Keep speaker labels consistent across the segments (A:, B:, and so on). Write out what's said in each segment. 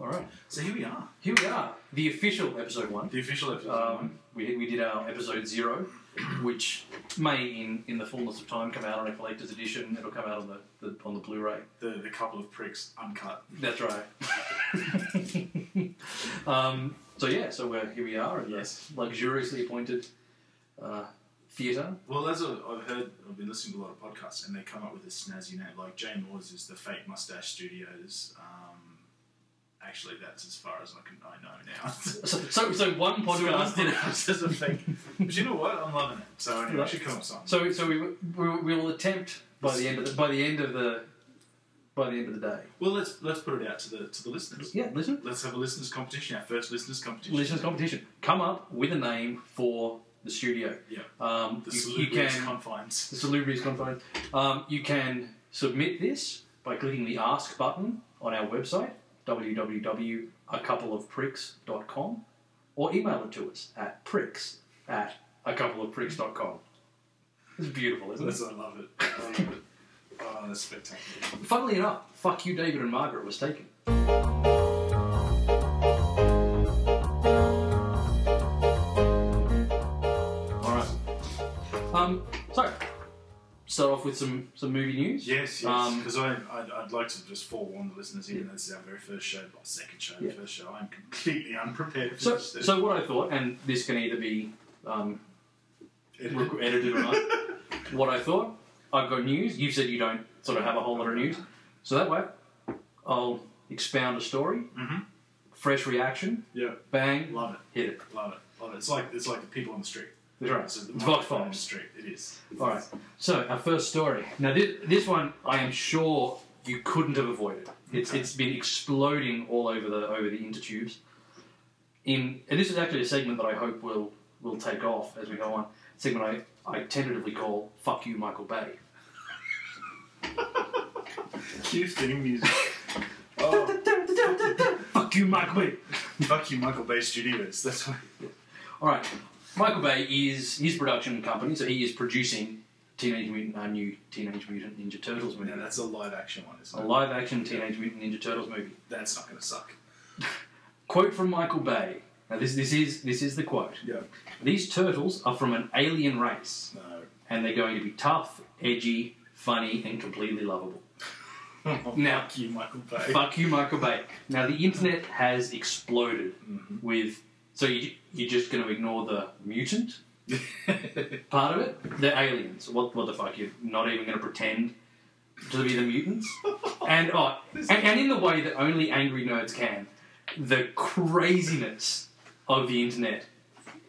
A: All right.
B: So here we are.
A: Here we are. The official episode one.
B: The official episode.
A: Um, we, we did our episode zero, which may, in, in the fullness of time, come out on a collector's edition. It'll come out on the, the on the Blu-ray.
B: the, the couple of pricks uncut.
A: That's right. um, so yeah, so we're, here we are in
B: Yes.
A: this luxuriously appointed uh, theatre.
B: Well, that's what I've heard. I've been listening to a lot of podcasts, and they come up with a snazzy name. Like Jay Moore's is the Fake Mustache Studios. Um, actually, that's as far as I can I know now.
A: So, so, so one podcast.
B: Podcast did it as a fake. But you know what? I'm loving it. So anyway, I should come up with something.
A: So, so we, we we will attempt by the end of the, by the end of the by the end of the day.
B: well, let's let's put it out to the to the listeners.
A: Yeah, listen.
B: Let's have a listeners competition. Our first listeners competition.
A: Listeners competition. Come up with a name for the studio.
B: Yeah.
A: Um,
B: The
A: you, you
B: salubrious
A: can
B: confines.
A: the salubrious confines. Um, you can submit this by clicking the ask button on our website www.acoupleofpricks.com or email it to us at pricks at acoupleofpricks.com. It's beautiful, isn't it?
B: That's, I love it. I love it. Oh, that's spectacular.
A: Funnily enough, fuck you, David and Margaret was taken. All right. Um, so, start off with some, some movie news.
B: Yes, yes.
A: Um,
B: Because I'd, I'd like to just forewarn the listeners, even though this is our very first show, well, second show,
A: Yeah.
B: first show, I'm completely unprepared for
A: So,
B: this.
A: so what I thought, and this can either be um,
B: Edited.
A: rec- edited or not, what I thought, I've got news. You said you don't sort of have a whole lot of news. So that way, I'll expound a story,
B: Mhm.
A: fresh reaction,
B: yeah,
A: bang,
B: love it,
A: hit it.
B: love it, love it. It's like it's like the people on the street.
A: That's right.
B: It's
A: It's
B: the
A: Vox
B: people on the
A: Pops.
B: street. It is.
A: All right. So our first story. Now this, this one, I am sure you couldn't have avoided. It's
B: Okay.
A: it's been exploding all over the over the intertubes. In and this is actually a segment that I hope will will take off as we go on. Segment I, I tentatively call "Fuck You, Michael Bay."
B: Cue theme music. oh,
A: Fuck you, Michael Bay.
B: fuck you, Michael Bay Studios. That's why.
A: All right. Michael Bay is his production company, so he is producing Teenage Mutant, our new Teenage Mutant Ninja Turtles movie,
B: No, that's a live action one,
A: a
B: isn't it?
A: live action Teenage Mutant Ninja Turtles movie.
B: That's not going to suck.
A: Quote from Michael Bay. Now this this is this is the quote.
B: Yeah.
A: These turtles are from an alien race,
B: No.
A: and they're going to be tough, edgy, funny, and completely lovable. Hmm. Now-
B: fuck you, Michael Bay.
A: Fuck you, Michael Bay. Now the internet has exploded
B: Mm-hmm.
A: with. So you, you're just going to ignore the mutant part of it? They're aliens. What what the fuck? You're not even going to pretend to be the mutants. And oh, and, and in the way that only angry nerds can, the craziness of the internet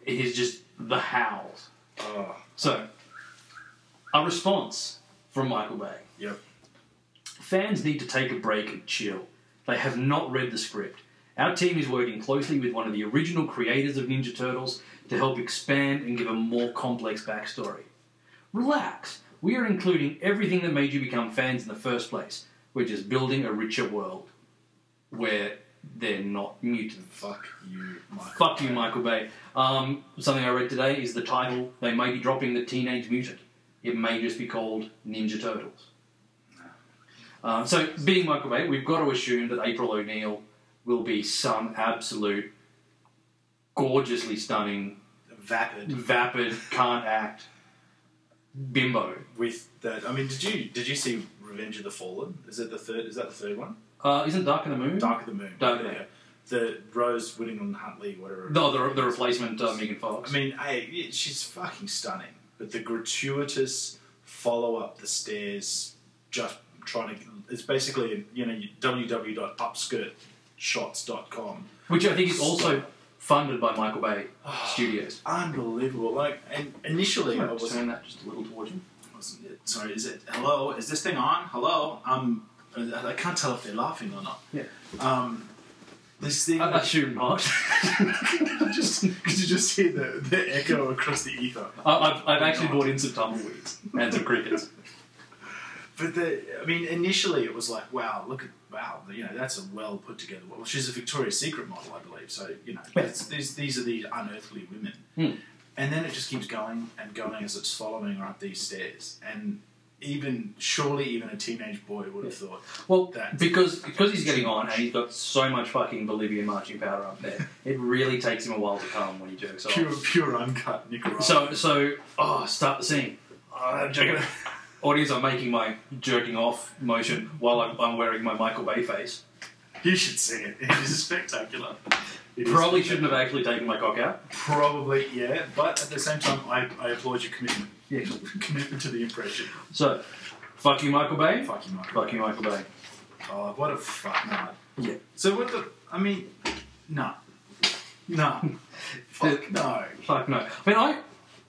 A: is just the howls.
B: oh,
A: So, a response from Michael Bay.
B: yep.
A: Fans need to take a break and chill. They have not read the script. Our team is working closely with one of the original creators of Ninja Turtles to help expand and give a more complex backstory. Relax. We are including everything that made you become fans in the first place. We're just building a richer world where they're not mutants.
B: Fuck you, Michael.
A: Fuck you, Michael Bay. Um, something I read today is the title. They may be dropping the Teenage Mutant. It may just be called Ninja Turtles. Um, so, being Michael Bay, we've got to assume that April O'Neil will be some absolute gorgeously stunning,
B: Vapid.
A: vapid, can't act bimbo.
B: with that. I mean, did you did you see Revenge of the Fallen? Is it the third? Is that the third one?
A: Uh, isn't Dark in the Moon?
B: Dark of the Moon.
A: Dark of the
B: yeah.
A: Moon.
B: The Rose Whittingham Huntley, whatever.
A: No, the, the replacement uh, Megan Fox.
B: I mean, hey, yeah, she's fucking stunning. But the gratuitous follow up the stairs, just trying to. It's basically you know www.upskirtshots.com.
A: Which I think is also funded by Michael Bay Studios.
B: Unbelievable. Like, and initially I wasn't
A: Turn that just a little towards you.
B: Wasn't it- Sorry, is it? Hello, is this thing on? Hello, um, I I can't tell if they're laughing or not.
A: Yeah.
B: Um, this thing.
A: I assume not.
B: just could you just hear the, the echo across the ether?
A: I- I've, I've actually brought in some tumbleweeds and some crickets.
B: But the, I mean, initially it was like, wow, look at wow, you know, that's a well put together. Well, she's a Victoria's Secret model, I believe. So you know, it's, these these are these unearthly women.
A: Hmm.
B: And then it just keeps going and going as it's following her up these stairs, and even surely even a teenage boy would have thought.
A: Well,
B: That's-
A: because because he's getting on and he's got so much fucking Bolivian marching powder up there, it really takes him a while to calm when he jerks off.
B: Pure, pure uncut Uh, Nicaragua.
A: So so oh, start the scene. Oh, jerking. Audience, I'm making my jerking off motion while I'm, I'm wearing my Michael Bay face.
B: you should see it. It is spectacular. It is
A: Probably
B: spectacular.
A: shouldn't have actually taken my cock out.
B: Probably, yeah. But at the same time, I, I applaud your commitment.
A: Yeah.
B: commitment to the impression.
A: So, fuck you, Michael Bay.
B: Fuck you, Michael.
A: Fuck you, Michael Bay.
B: Oh, what a fuck nut.
A: Yeah.
B: So what the? I mean, no, no, fuck no.
A: Fuck no. I mean, I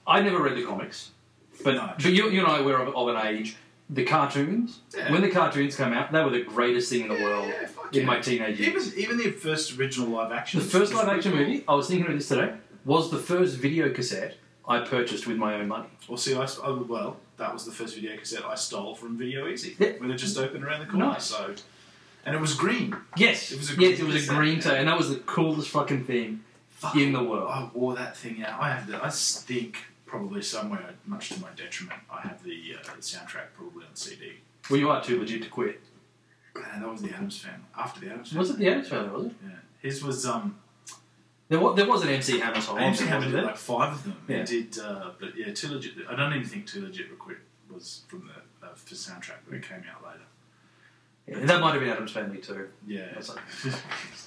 A: I never read the comics, but
B: No.
A: but you, you and I were of, of an age. The cartoons,
B: Yeah.
A: when the cartoons came out, they were the greatest thing in the world
B: Yeah, fuck
A: in
B: yeah.
A: my teenage years.
B: Even even the first original live action.
A: The first
B: was
A: live action
B: pretty
A: movie, I was thinking of this today, was the first video cassette I purchased with my own money.
B: cool. Well, see, I s- oh, well that was the first video cassette I stole from Video Easy
A: Yeah.
B: when it just opened around the corner.
A: Nice.
B: So, and it was green.
A: Yes,
B: It was a
A: yes,
B: green
A: it was a
B: cassette,
A: green
B: yeah.
A: tape, and that was the coolest fucking thing
B: Fuck.
A: in the world.
B: I wore that thing out. I have the. I think probably somewhere, much to my detriment, I have the, uh, the soundtrack probably on CD.
A: Well, you are too legit to quit.
B: And that was the Adams Family. After the Adams Family.
A: Was it the Adams Family? Was it?
B: Yeah. His was um.
A: There was, there was an MC Hammer song.
B: I actually
A: wasn't
B: have
A: there?
B: like five of them.
A: Yeah.
B: He did, uh, but yeah, Too Legit. I don't even think Too Legit Requit was from the uh, for soundtrack, but it came out later.
A: Yeah, that might have been Adams Family too.
B: Yeah,
A: That's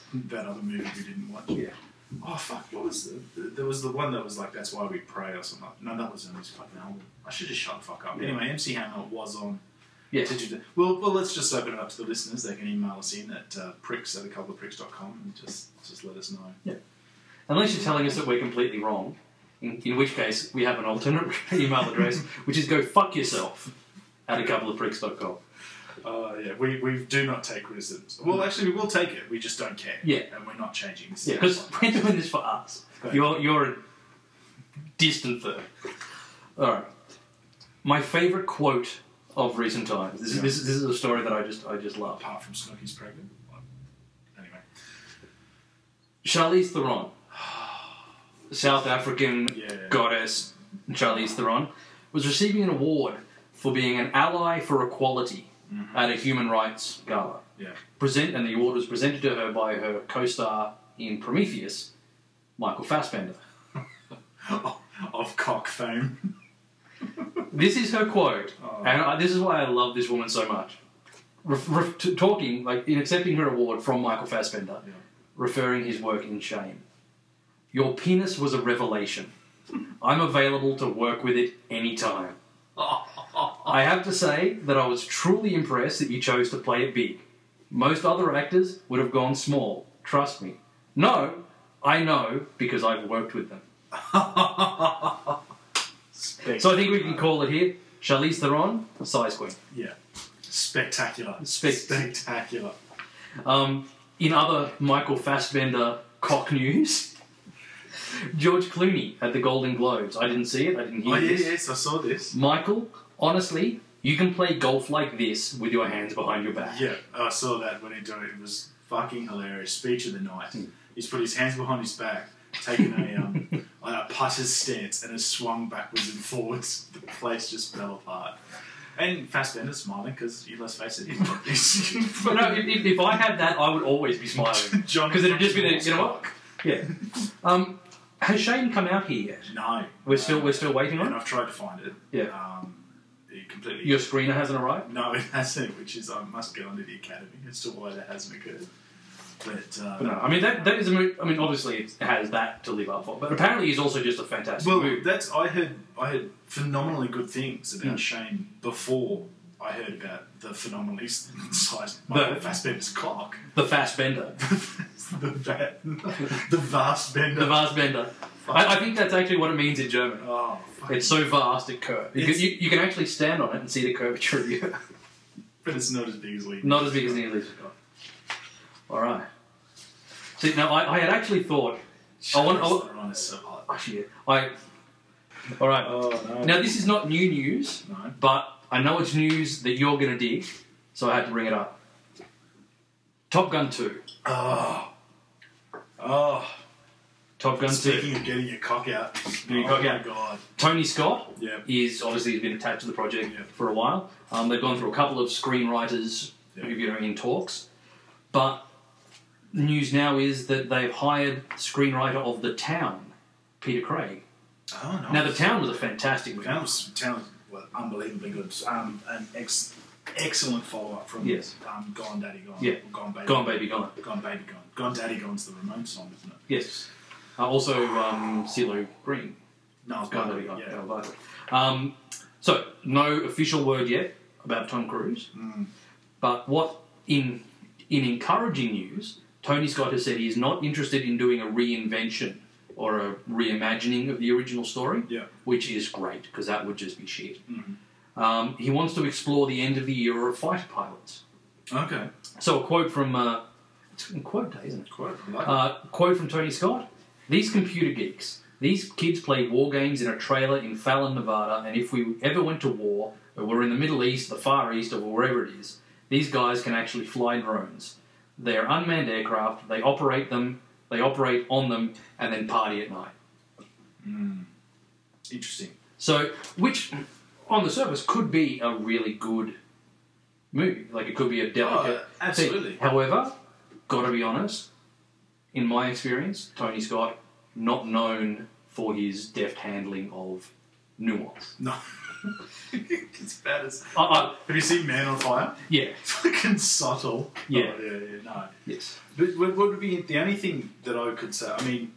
B: that other movie we didn't watch.
A: Yeah.
B: Oh fuck! What was the, the? There was the one that was like that's why we pray or something. No, that was on his fucking album. I should just shut the fuck up.
A: Yeah.
B: Anyway, MC Hammer was on.
A: Yes.
B: Did you- Well, well, let's just open it up to the listeners. They can email us in at uh, pricks at a couple of pricks.com and just just let us know.
A: Unless you're telling us that we're completely wrong, in, in which case we have an alternate email address, which is go fuck yourself at a couple of pricks.com.
B: Uh, yeah, we, we do not take criticism. Well, actually, we will take it. We just don't care.
A: Yeah.
B: and we're not changing this.
A: Yeah,
B: is
A: because
B: our
A: we're doing this for us.
B: Right.
A: You're you're a distant third. All right. My favorite quote of recent times. This is, this is this is a story that I just I just love.
B: apart from Snooki's pregnant. Anyway,
A: Charlize Theron, South African
B: Yeah.
A: goddess Charlize Theron, was receiving an award for being an ally for equality at a human rights gala.
B: yeah,
A: Present and the award was presented to her by her co-star in Prometheus, Michael Fassbender.
B: of cock fame.
A: This is her quote,
B: Oh.
A: and I, this is why I love this woman so much. Ref ref t- talking, like in accepting her award from Michael Fassbender,
B: Yeah.
A: referring his work in shame. Your penis was a revelation. I'm available to work with it anytime. I have to say that I was truly impressed that you chose to play it big. Most other actors would have gone small, trust me. No, I know because I've worked with them. So I think we can call it here. Charlize Theron, size queen.
B: yeah, spectacular,
A: Spec-
B: spectacular.
A: Um, in other Michael Fassbender cock news, George Clooney at the Golden Globes. I didn't see it. I didn't hear
B: Oh yeah,
A: this.
B: yes, I saw this.
A: Michael, honestly, you can play golf like this with your hands behind your back.
B: Yeah, I saw that when he did it. It was fucking hilarious. Speech of the night.
A: Hmm.
B: He's put his hands behind his back, taken a um, like a putter's stance, and has swung backwards and forwards. The place just fell apart. And Fassbender smiling because let's face it, he's not this.
A: But no,
B: uh,
A: if, if, if I had that, I would always be smiling.
B: John,
A: 'Cause it'd just be the- you know what? Yeah. Um, has Shane come out here yet?
B: No,
A: We're still we're still waiting
B: And
A: on. it?
B: I've tried to find it.
A: Yeah.
B: Um, it completely.
A: Your screener hasn't arrived.
B: No, it hasn't. Which is I must get onto the academy as to why that hasn't occurred. But, uh,
A: But no, I mean that that is a mo- I mean obviously it has that to live up for, but apparently he's also just a fantastic
B: Well,
A: mood.
B: that's I heard I heard phenomenally good things about Shane before I heard about the phenomenally s- sized Michael
A: The-
B: Fassbender's cock.
A: The fast bender.
B: the va- the vast bender.
A: The vast bender. I, I think that's actually what it means in German.
B: oh, fuck.
A: It's so vast it curves. You,
B: It's-
A: can- you, you can actually stand on it and see the curvature of you.
B: but it's not as big as Lee.
A: Not as big as the Elise got. All right. See, now I, I had actually thought. I want- I want-
B: Run is so hot.
A: Oh shit! I. All right.
B: Oh
A: Now this is not new news,
B: No.
A: but I know it's news that you're gonna dig, so I had to bring it up. Top Gun Two.
B: Oh. Oh.
A: Top Gun 2.
B: Speaking of getting your cock out,
A: Getting your
B: oh
A: cock
B: my
A: out.
B: god,
A: Tony Scott
B: yeah,
A: is obviously has been attached to the project
B: Yeah.
A: for a while. Um, they've gone through a couple of screenwriters
B: Yeah.
A: who are in talks, but news now is that they've hired screenwriter of The Town, Peter Craig.
B: oh no,
A: Now, The Town was a fantastic movie.
B: Town was, Town was well, unbelievably good. Um, an ex- excellent follow up from
A: Yes.
B: um, Gone Daddy Gone.
A: Yeah.
B: Or Gone Baby
A: Gone Baby Gone.
B: Gone Baby Gone. Gone Daddy Gone's the Ramones song, isn't it?
A: Yes. Uh, also, um, CeeLo Green.
B: No, it's
A: Gone
B: Gone
A: Baby Gone.
B: Daddy Gone.
A: Yeah,
B: Yeah.
A: like it. Um, so, no official word yet about Tom Cruise,
B: Mm.
A: but what in in encouraging news, Tony Scott has said he is not interested in doing a reinvention or a reimagining of the original story,
B: Yeah.
A: which is great because that would just be shit.
B: Mhm.
A: Um, he wants to explore the end of the era of fighter pilots.
B: Okay.
A: So, a quote from uh, it's a quote day, isn't it?
B: Quite I like
A: Uh, quote from Tony Scott These computer geeks, these kids played war games in a trailer in Fallon, Nevada, and if we ever went to war, or we're in the Middle East, the Far East, or wherever it is, these guys can actually fly drones. They are unmanned aircraft, they operate them, they operate on them, and then party at night.
B: it. Interesting.
A: So, which on the surface could be a really good movie. Like, it could be a delicate.
B: Oh, absolutely.
A: See, however, gotta be honest, in my experience, Tony Scott not known for his deft handling of nuance.
B: No. it's bad as.
A: I, I,
B: Have you seen Man on Fire?
A: yeah,
B: Fucking subtle.
A: Yeah.
B: Oh, yeah, yeah, no.
A: yes,
B: But what what would be the only thing that I could say? I mean,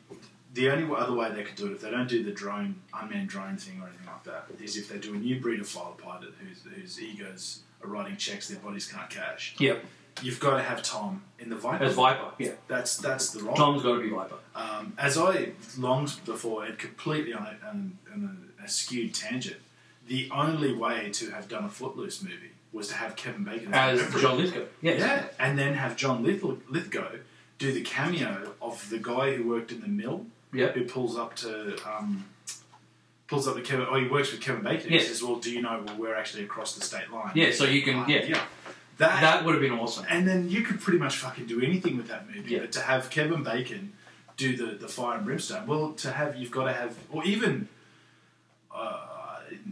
B: the only other way they could do it if they don't do the drone unmanned drone thing or anything like that is if they do a new breed of fighter pilot whose whose egos are writing checks their bodies can't cash.
A: yeah,
B: You've got to have Tom in the Viper.
A: as Viper, yeah.
B: that's that's the role.
A: Tom's gotta be Viper.
B: Um, as I longed before, it completely on a, on, on a, a skewed tangent. The only way to have done a Footloose movie was to have Kevin Bacon
A: As
B: Everett.
A: John Lithgow, yes.
B: Yeah, and then have John Lithgow, Lithgow do the cameo of the guy who worked in the mill,
A: Yeah.
B: who pulls up to um, pulls up to Kevin. Oh, he works with Kevin Bacon.
A: Yes.
B: He says, "Well, do you know well, we're actually across the state line?"
A: Yeah, so you can,
B: Uh,
A: yeah.
B: That,
A: That would have been awesome.
B: and then you could pretty much fucking do anything with that movie.
A: Yeah.
B: But to have Kevin Bacon do the, the fire and brimstone, well, to have you've got to have, or even uh,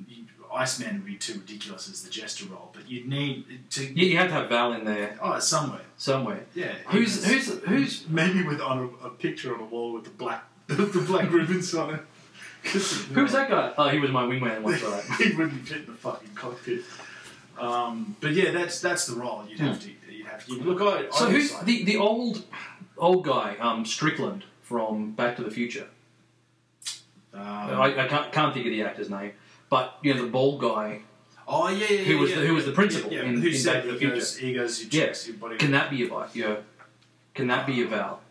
B: you- Iceman would be too ridiculous as the jester role, but you'd need to
A: You, you had to have Val in there
B: oh somewhere,
A: somewhere.
B: yeah.
A: Who's,
B: Because-
A: who's, who's,
B: maybe with on a, a picture on a wall with the black the black ribbons on it.
A: who was that guy? Oh, he was my wingman once, alright.
B: he wouldn't fit in the fucking cockpit. Um, but yeah, that's that's the role you'd have to you'd have to give. Look, I,
A: Hmm. So
B: I
A: who's
B: was like-
A: the, the old old guy, um, Strickland from Back to the Future?
B: Um,
A: I, I can't, can't think of the actor's name, but you know the bald guy.
B: Oh yeah, yeah,
A: Who
B: yeah,
A: was
B: yeah.
A: the- who was the principal
B: Yeah, yeah.
A: in-
B: who
A: in Back
B: said
A: to the
B: egos, egos, your
A: Yeah.
B: checks, your body.
A: Can that be a bite? Yeah. Can that be a Val?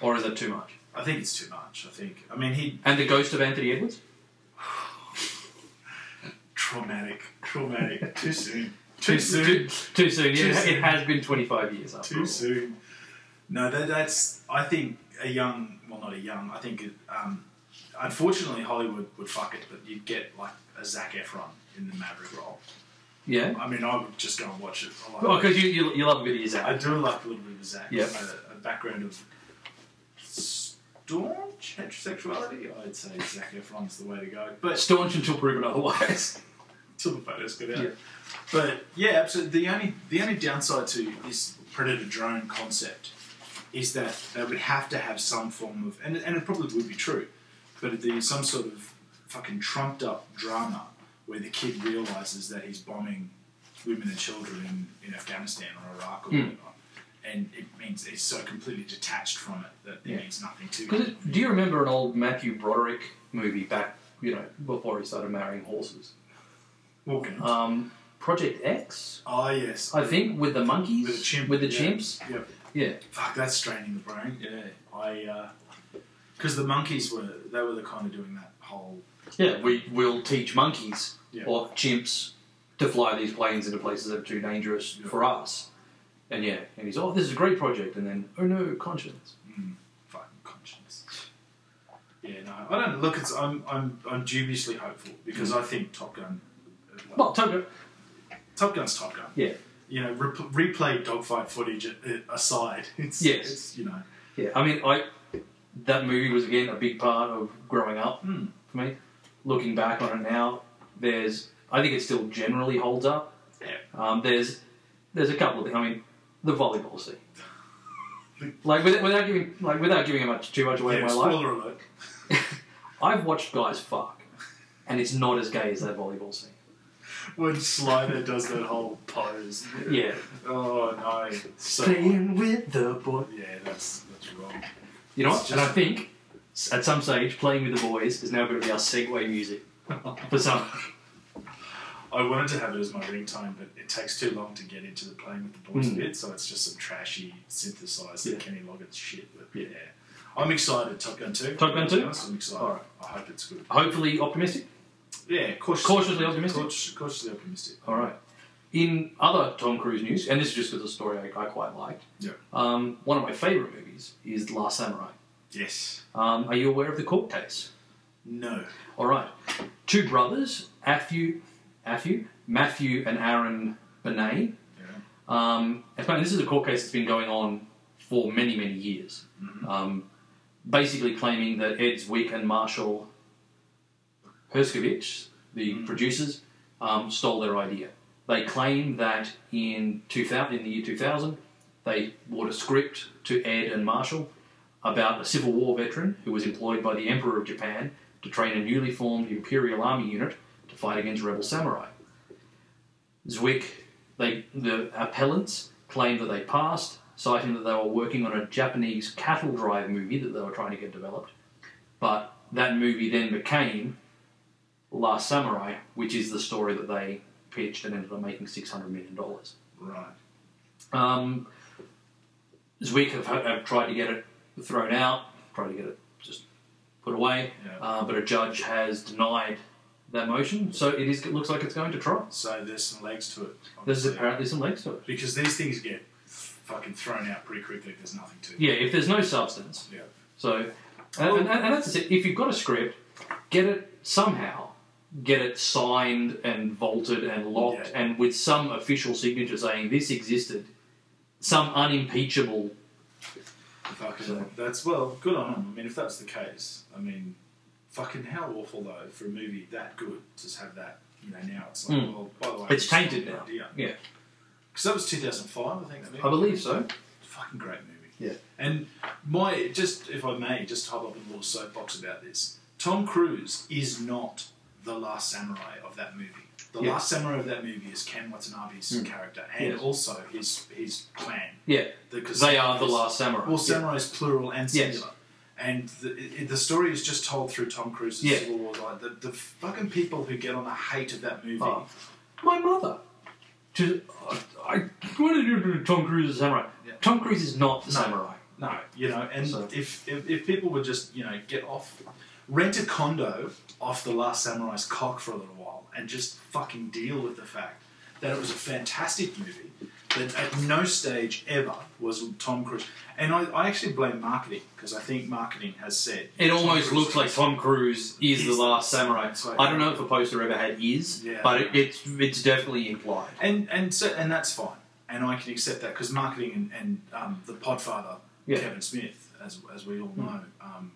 A: Or is that too much?
B: I think it's too much. I think. I mean, he
A: And the ghost of Anthony Edwards?
B: traumatic, traumatic. too soon.
A: Too
B: Too soon.
A: Too, too soon. Yeah,
B: Too
A: it-
B: soon.
A: It has been 25 years after all.
B: Too soon. No, that, that's. I think a young, well, not a young. I think, it, um, unfortunately, Hollywood would fuck it, but you'd get like a Zac Efron in the Maverick role.
A: Yeah.
B: I mean, I would just go and watch it. I like
A: Oh, because you, you, you love a bit of his
B: I
A: act.
B: do like a little bit of Zach.
A: Yep.
B: A, a background of staunch heterosexuality. I'd say Zach Efron's the way to go. But
A: Staunch until proven otherwise.
B: till the photos get out.
A: Yep.
B: But yeah, absolutely. The only the only downside to this predator drone concept is that they would have to have some form of, and, and it probably would be true, but it'd be some sort of fucking trumped up drama where the kid realizes that he's bombing women and children in, in Afghanistan or Iraq or
A: Hmm.
B: whatever. And it means he's so completely detached from it that it
A: Yeah.
B: means nothing to
A: Because
B: him.
A: do you remember an old Matthew Broderick movie back, you know, before he started marrying horses?
B: Walking.
A: Um, Project X,
B: oh, yes.
A: I think, with the monkeys,
B: With the chimp,
A: with the
B: yeah.
A: chimps.
B: Yep.
A: Yeah.
B: Fuck, that's straining the brain. Yeah. I, because the monkeys were, they were the kind of doing that whole.
A: Yeah, we will teach monkeys
B: Yeah.
A: or chimps to fly these planes into places that are too dangerous
B: Yeah.
A: for us. And yeah, and he's oh, this is a great project, and then oh no, conscience.
B: Mm, fucking conscience. Yeah, no, I don't look. It's I'm I'm I'm dubiously hopeful because I think Top Gun.
A: Mm.
B: uh,
A: Well, Top Gun.
B: Top Gun's Top Gun.
A: Yeah.
B: You know, rep- replay dogfight footage a- a- aside. It's,
A: Yes.
B: It's, you know.
A: Yeah, I mean, I that movie was again a big part of growing up
B: Hmm.
A: for me. Looking back on it now, there's I think it still generally holds up.
B: Yeah.
A: Um, there's there's a couple of things. I mean, the volleyball scene. Like without, without giving like without giving much too much away
B: yeah,
A: in my life,
B: spoiler alert.
A: I've watched guys fuck, and it's not as gay as that volleyball scene.
B: When Slider does that whole pose.
A: Yeah,
B: Oh no. So
A: playing with the boy.
B: yeah, that's that's wrong.
A: You know what?
B: It's
A: and
B: just-
A: I think s- at some stage, playing with the boys is now going to be our segue music for some.
B: I wanted to have it as my ringtone, but it takes too long to get into the playing with the boys
A: Mm.
B: bit, so it's just some trashy synthesized
A: Yeah.
B: Kenny Loggins shit. But
A: Yeah.
B: yeah. I'm excited. Top Gun 2.
A: Top Gun 2?
B: To be honest, I'm excited.
A: Alright.
B: I hope it's good.
A: Hopefully, optimistic.
B: Yeah, cautiously,
A: Cautiously optimistic?
B: Caut- cautiously optimistic.
A: All right. In other Tom Cruise news, and this is just because the story I, I quite liked.
B: Yeah.
A: Um, one of my favorite movies is The Last Samurai.
B: Yes.
A: Um, are you aware of the court case?
B: No.
A: All right. Two brothers, Athew, Athew, Matthew and Aaron Benet.
B: Yeah.
A: Um, and apparently this is a court case that's been going on for many, many years. Um, basically claiming that Ed's Wick and Marshall Herskovich, the producers, um, stole their idea. They claim that in 2000, in the year 2000, they bought a script to Ed and Marshall about a Civil War veteran who was employed by the Emperor of Japan to train a newly formed Imperial Army unit to fight against rebel samurai. Zwick, they, the appellants claimed that they passed, citing that they were working on a Japanese cattle drive movie that they were trying to get developed. But that movie then became Last Samurai, which is the story that they pitched and ended up making $600 million.
B: Right.
A: Um, Zwick have, have tried to get it thrown out, tried to get it just put away,
B: Yeah.
A: uh, but a judge has denied that motion, so it is it looks like it's going to trial.
B: So there's some legs to it.
A: There's
B: obviously.
A: apparently some legs to it.
B: Because these things get fucking thrown out pretty quickly if there's nothing to it.
A: Yeah, if there's no substance.
B: Yeah.
A: So, and, and, and that's it. If you've got a script, get it somehow, get it signed and vaulted and locked
B: Yeah.
A: and with some official signature saying this existed, some unimpeachable.
B: Fucking
A: So-
B: that's well, good on them. I mean, if that's the case, I mean, fucking how awful though for a movie that good to have that. You know, now it's like,
A: Mm.
B: well, by the way,
A: It's tainted now.
B: Yeah,
A: Yeah.
B: because that was 2005, I think. That movie.
A: I believe so.
B: Fucking great movie.
A: Yeah.
B: And my just if I may just hop up in a little soapbox about this. Tom Cruise is not the last samurai of that movie. The
A: Yeah.
B: last samurai of that movie is Ken Watanabe's
A: Mm.
B: character and
A: Yes.
B: also his his clan.
A: Yeah.
B: The- 'cause
A: They are the last samurai.
B: well, samurai is plural and
A: Yes.
B: singular. And the, it, the story is just told through Tom Cruise's
A: Yeah.
B: Civil War. Like the, the fucking people who get on the hate of that movie.
A: Oh. My mother. Just, I wanted to do Tom Cruise as a samurai.
B: Yeah.
A: Tom Cruise is not the
B: No.
A: samurai.
B: No, you know, and
A: So-
B: if, if if people would just you know get off, rent a condo off the Last Samurai's cock for a little while, and just fucking deal with the fact that it was a fantastic movie. That at no stage ever was Tom Cruise, and I, I actually blame marketing because I think marketing has said
A: It almost
B: Tom Cruise
A: looks like Tom Cruise is
B: Is
A: the last
B: the
A: samurai.
B: samurai.
A: I don't know if the poster ever had is,
B: Yeah.
A: but it, it's it's definitely implied.
B: and and so and that's fine, and I can accept that because marketing and, and um, the Podfather
A: Yeah. Hmm.
B: Kevin Smith, as as we all know, um,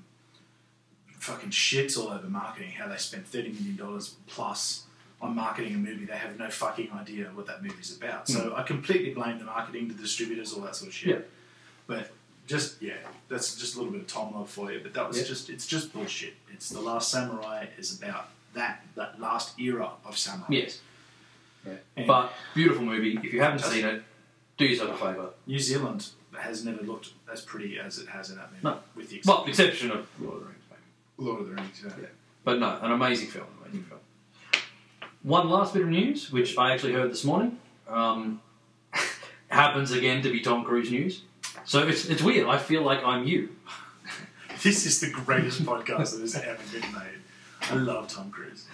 B: fucking shits all over marketing. How they spent thirty million dollars plus on marketing a movie they have no fucking idea what that movie's about. So I completely blame the marketing, the distributors, all that sort of shit.
A: Hmm. Yeah.
B: But just yeah, that's just a little bit of Tom love for you. But that was
A: Yeah.
B: just it's just bullshit. It's the Last Samurai is about that that last era of samurai.
A: Yes,
B: Anyway.
A: but beautiful movie. If you haven't seen it, do yourself a favour.
B: New Zealand has never looked as pretty as it has in that movie.
A: No.
B: With the exception
A: Well, exception of Lord of the Rings, maybe.
B: of Lord of the Rings. Yeah.
A: Yeah. but no, an amazing film. Amazing
B: Hmm.
A: film. One last bit of news, which I actually heard this morning, um, happens again to be Tom Cruise news. So it's it's weird. I feel like I'm you.
B: This is the greatest podcast that has ever been made. I love Tom Cruise.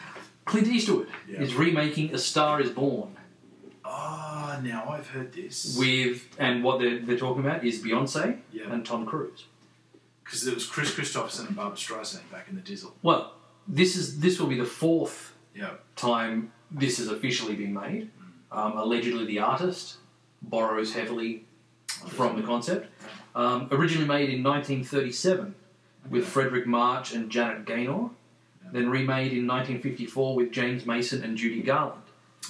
A: Clint Eastwood
B: Yeah.
A: is remaking A Star Is Born
B: Ah, now I've heard this.
A: with, and what they're, they're talking about is Beyonce
B: yeah,
A: and Tom Cruise.
B: because it was Chris Christopherson and Barbara Streisand back in the Dizzle.
A: Well, this is this will be the fourth
B: Yeah.
A: time this has officially been made.
B: Hmm.
A: Um, allegedly, the artist borrows heavily from the concept. Um, originally made in 1937, with Frederick March and Janet Gaynor, then remade in 1954 with James Mason and Judy Garland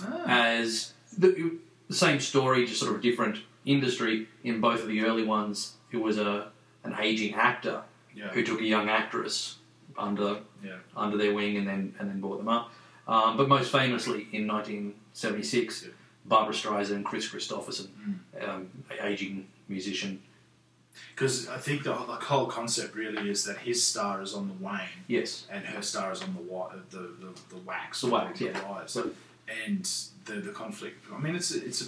B: Ah.
A: as the, the same story, just sort of a different industry. In both of the early ones, it was a an aging actor
B: Yeah.
A: who took a young actress under
B: Yeah.
A: under their wing and then and then brought them up. Um, but most famously in 1976,
B: Yeah. Hmm.
A: Barbara Streisand, Chris Christopherson, um, a- aging musician.
B: Because I think the, the whole concept really is that his star is on the wane.
A: Yes,
B: and her star is on the wa- uh, the, the the wax,
A: The wax,
B: the
A: yeah.
B: wires. and the the conflict. I mean, it's a, it's a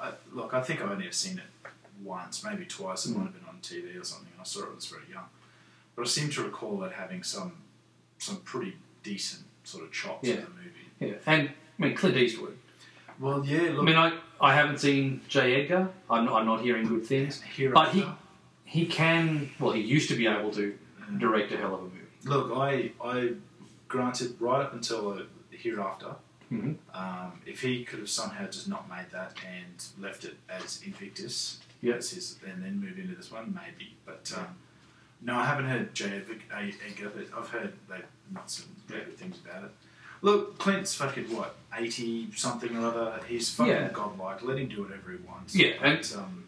B: I, look. I think I've only have seen it once, maybe twice. It might have been on TV or something. And I saw it when I was very young, but I seem to recall it having some some pretty decent sort of chops in
A: Yeah.
B: the movie.
A: yeah. and I mean Clint Eastwood.
B: Well,
A: I
B: yeah, look,
A: mean, I, I haven't seen J. Edgar. I'm, I'm not hearing good things.
B: here
A: but he-
B: are-
A: He can, well, he used to be able to direct a hell of a movie.
B: Look, I I granted right up until uh, hereafter.
A: Mhm.
B: Um, if he could have somehow just not made that and left it as Invictus,
A: Yeah.
B: as his, and then move into this one, maybe. But um, no, I haven't heard J. Edgar, Edgar, but I've heard like lots of very good things about it. Look, Clint's fucking what eighty something or other. He's fucking
A: Yeah.
B: godlike. Let him do whatever he wants.
A: Yeah, and-
B: but, um,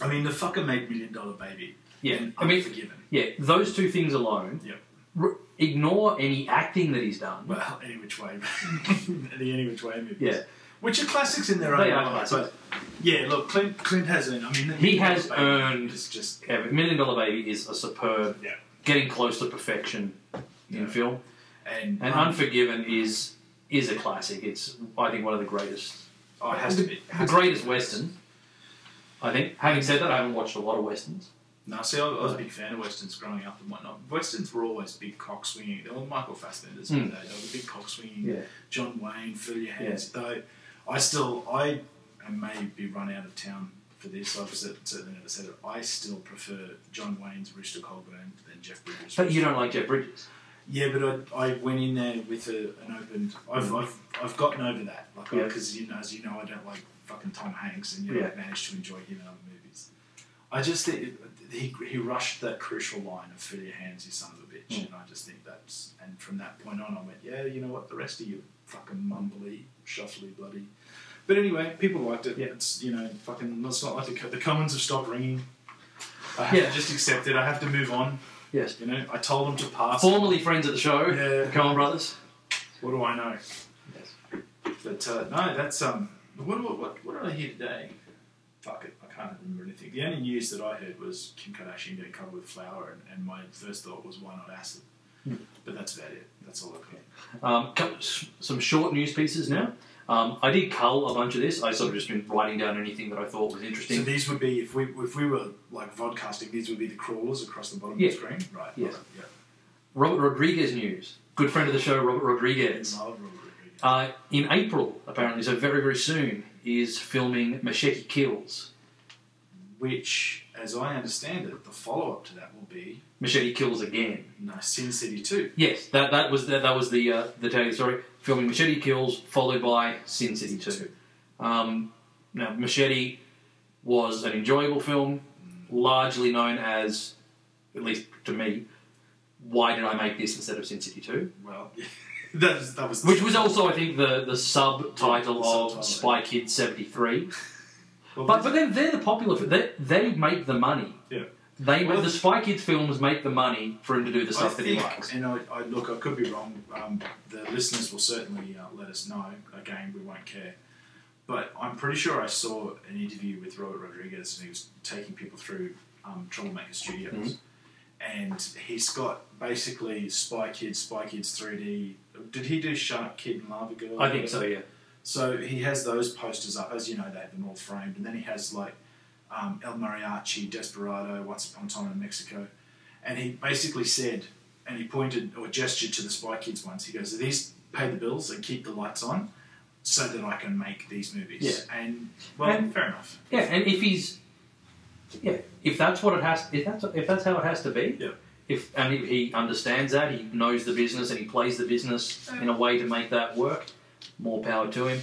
B: I mean the fucker made Million Dollar Baby.
A: Yeah,
B: and
A: I mean,
B: Unforgiven.
A: yeah, those two things alone.
B: Yep.
A: R- ignore any acting that he's done.
B: Well, any which way, the any which way movies.
A: Yeah.
B: which are classics in their own
A: They are
B: right.
A: classics.
B: But yeah, look, Clint Clint has earned. I mean, the
A: He has
B: Baby
A: earned-
B: is just
A: Yeah, but Million Dollar Baby is a superb,
B: Yeah.
A: getting close to perfection in
B: Yeah.
A: film.
B: and,
A: And
B: um,
A: Unforgiven is is a classic. It's I think one of the greatest,
B: oh, it has to be
A: the greatest western. I think. Having said that, I haven't watched a lot of westerns.
B: No, see, I, I was a big fan of westerns growing up and whatnot. Westerns were always big cock swinging. They were Michael Fassbender's
A: Mm.
B: in the day. They were big cock swinging.
A: Yeah.
B: John Wayne, fill your hands. Though I still, I, I may be run out of town for this. I've cer- certainly never said it. I still prefer John Wayne's Rooster Colburn than Jeff Bridges.
A: But you don't like Jeff Bridges.
B: Yeah, but I, I went in there with a, an open. I've, I've, I've gotten over that. Like,
A: Mm. Yeah.
B: because you know, as you know, I don't like fucking Tom Hanks, and you know,
A: Yeah.
B: I've managed to enjoy him in other movies. I just think he he rushed that crucial line of "fill your hands, you son of a
A: Mm.
B: bitch," and I just think that's. And from that point on, I went, yeah, you know what? The rest of you fucking mumbly, shuffly, bloody. But anyway, people liked it.
A: Yeah.
B: It's you know, fucking. It's not like the, Co- the Commons have stopped ringing. I have
A: Yeah.
B: to just accept it. I have to move on.
A: Yes.
B: You know, I told them to pass.
A: Uh, Formerly friends at the show,
B: Yeah.
A: the Coen Brothers.
B: What do I know?
A: Yes.
B: But uh, no, that's um. What, what what what did I hear today? Fuck it, I can't remember anything. The only news that I heard was Kim Kardashian getting covered with flour, and, and my first thought was why not acid.
A: Hmm.
B: But that's about it. That's all I got.
A: Um, co- s- some short news pieces now. Um, I did cull a bunch of this. I sort of just been writing down anything that I thought was interesting.
B: So these would be if we if we were like vodcasting, these would be the crawlers across the bottom
A: Yeah.
B: of the screen, right?
A: Yes.
B: okay, Yeah.
A: Robert Rodriguez news. Good friend of the show, Robert Rodriguez.
B: Love Robert Rodriguez.
A: Uh, in April, apparently, so very, very soon, is filming Machete Kills.
B: Which, as I understand it, the follow up to that will be
A: Machete Kills again.
B: no, Sin City Two.
A: Yes, that, that was that, that was the uh, the tag. Sorry, filming Machete Kills, followed by Sin City Two. Um, now, Machete was an enjoyable film, largely known as, at least to me, why did I make this instead of Sin City Two?
B: Well, that was that was
A: Which was also, I think, the the subtitle
B: The
A: of
B: subtitle.
A: Spy Kids '73.
B: Well,
A: But but then they're the popular. fi- They they make the money.
B: yeah.
A: They
B: Well,
A: the Spy Kids films make the money for him to do the
B: I
A: stuff that he
B: think,
A: likes.
B: and I, I look, I could be wrong. Um, the listeners will certainly uh, let us know. Again, we won't care. But I'm pretty sure I saw an interview with Robert Rodriguez, and he was taking people through um, Troublemaker Studios,
A: Mm-hmm.
B: and he's got basically Spy Kids, Spy Kids 3D. Did he do Shark Kid and Lava Girl?
A: I think so. Yeah.
B: So he has those posters up, as you know, they have them all framed, and then he has like um, El Mariachi, Desperado, Once Upon a Time in Mexico, and he basically said, and he pointed or gestured to the Spy Kids ones. He goes, "These pay the bills and keep the lights on, so that I can make these movies." And well,
A: And-
B: fair enough.
A: Yeah, and if he's yeah, if that's what it has, if that's if that's how it has to be.
B: Yeah.
A: If and if he understands that, he knows the business and he plays the business in a way to make that work. More power to him,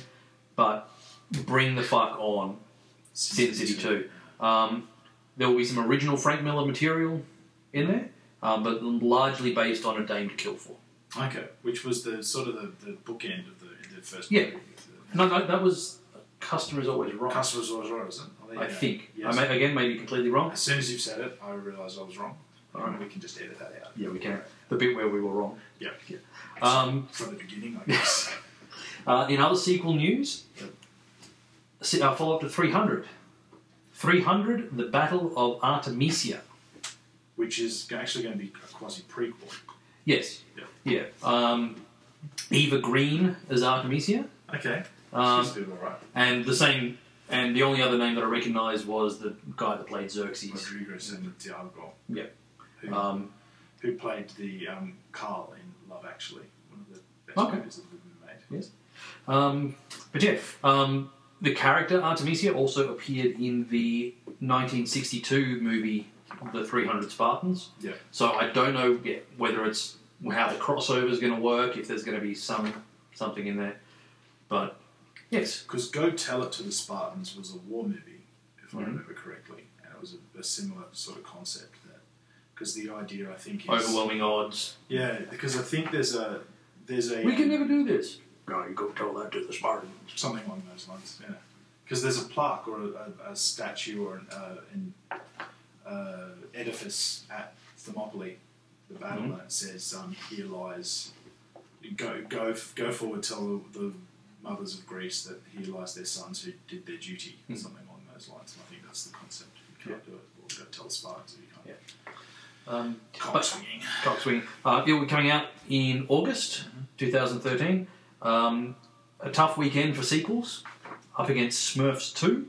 A: but bring the fuck on Sin City 2. Um, there will be some original Frank Miller material in there. um, but largely based on A Dame to Kill For.
B: Okay, which was the sort of the, the bookend of the, the first.
A: Yeah.
B: book.
A: No, no, that was Customer's Always Right.
B: Customers always right, isn't it? Oh, there you
A: I
B: go.
A: think.
B: Yes.
A: I may, again, may be completely wrong.
B: As soon as you've said it, I realised I was wrong.
A: All right.
B: We can just edit that out.
A: Yeah, we can. The bit where we were wrong.
B: Yeah.
A: Um,
B: From the beginning, I guess.
A: Uh, in other sequel news, se- uh, follow up to 300. 300, The Battle of Artemisia.
B: which is actually going to be a quasi prequel.
A: Yes. Yeah.
B: Yeah.
A: Um, Eva Green as Artemisia.
B: Okay.
A: Um,
B: She's doing alright.
A: and the same, and the only other name that I recognised was the guy that played Xerxes.
B: Rodriguez and Diablo,
A: Yeah.
B: who,
A: Um,
B: who played the um, Carl in Love Actually, one of the best
A: Okay.
B: movies that have been made.
A: um, but yeah, um, the character Artemisia also appeared in the 1962 movie The 300 Spartans.
B: Yeah.
A: So I don't know yet whether it's how the crossover is going to work, if there's going to be some something in there. But yes,
B: Because Go Tell It to the Spartans was a war movie, if I
A: Mhm.
B: remember correctly, and it was a, a similar sort of concept. That because the idea I think is
A: overwhelming odds.
B: Yeah, because I think there's a there's a
A: We can never do this. No, you go tell that to the Spartans.
B: something along those lines. Yeah, because there's a plaque or a, a, a statue or an, uh, an uh, edifice at Thermopylae, the battle
A: Mhm.
B: that says um, "Here lies." Go go go forward. Tell the, the mothers of Greece that here lies their sons who did their duty.
A: Mhm.
B: Something along those lines. And I think that's the concept. If you can't do it, or go tell the Spartans if you can't.
A: Um,
B: Cock
A: But-
B: swinging.
A: Cockswing. Uh, it will be coming out in August 2013. Um, a tough weekend for sequels. Up against Smurfs 2.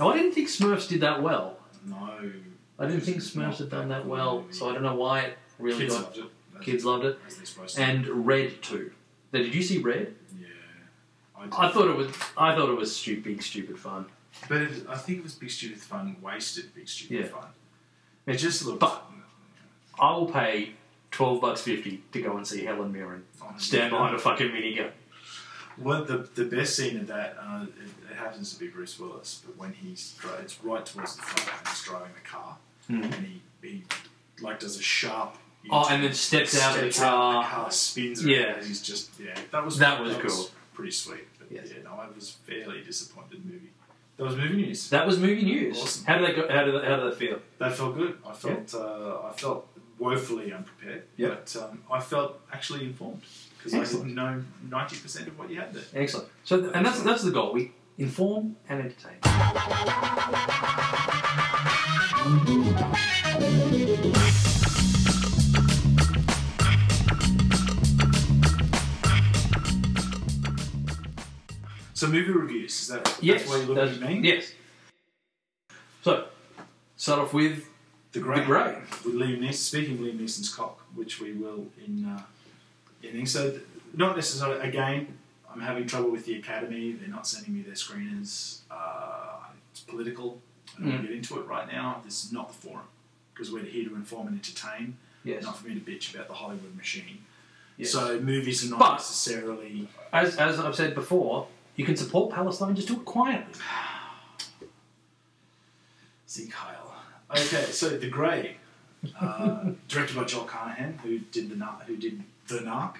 A: Now, I didn't think Smurfs did that well.
B: No.
A: I didn't think
B: It's
A: Smurfs
B: not
A: had done
B: that
A: that
B: good
A: well,
B: movie.
A: so I don't know why it really
B: Kids
A: got.
B: loved it. As-
A: Kids loved it.
B: As they're supposed to.
A: and Red too. Now, did you see Red?
B: yeah.
A: I thought it was I thought it was stupid, big stupid fun.
B: But it, I think it was Big Stupid Fun wasted Big
A: Yeah.
B: Stupid Fun. It just looked.
A: But- I will pay twelve bucks fifty to go and see Helen Mirren stand behind a fucking minigun.
B: Well, the, the best scene of that, uh, it, it happens to be Bruce Willis, but when he's. dri- It's right towards the front and he's driving the car. And he, he like, does a sharp.
A: Hmm. Oh, and then steps out of the
B: steps out
A: car.
B: the car, spins
A: Yeah.
B: around, and he's just. Yeah, that was.
A: That was cool.
B: pretty sweet. But
A: Yes.
B: yeah, no, I was fairly disappointed in the movie. That was movie news.
A: That was movie news.
B: Awesome.
A: How did that go, how did that, how did that feel?
B: That felt good. I felt uh, I felt woefully unprepared,
A: Yeah.
B: but um, I felt actually informed because I
A: Excellent.
B: didn't know ninety percent of what you had there.
A: Excellent. So th- and that's that's the goal. We inform and entertain.
B: So movie reviews is that
A: Yes.
B: that's why you look
A: that's-
B: at me?
A: Yes. So start off with
B: The Grey.
A: The Grey.
B: With Liam Neeson, speaking of Liam Neeson's cock, which we will in uh, in things. So th- not necessarily. Again, I'm having trouble with the Academy. They're not sending me their screeners. Uh, it's political. I don't want
A: Mm.
B: to get into it right now. This is not the forum because we're here to inform and entertain.
A: yes.
B: not for me to bitch about the Hollywood machine.
A: yes.
B: So movies are not
A: But-
B: necessarily.
A: as as I've said before, you can support Palestine just do it quietly.
B: See Kyle. Okay, so The Grey, uh, directed by Joel Carnahan, who did the Nar- who did the Narc,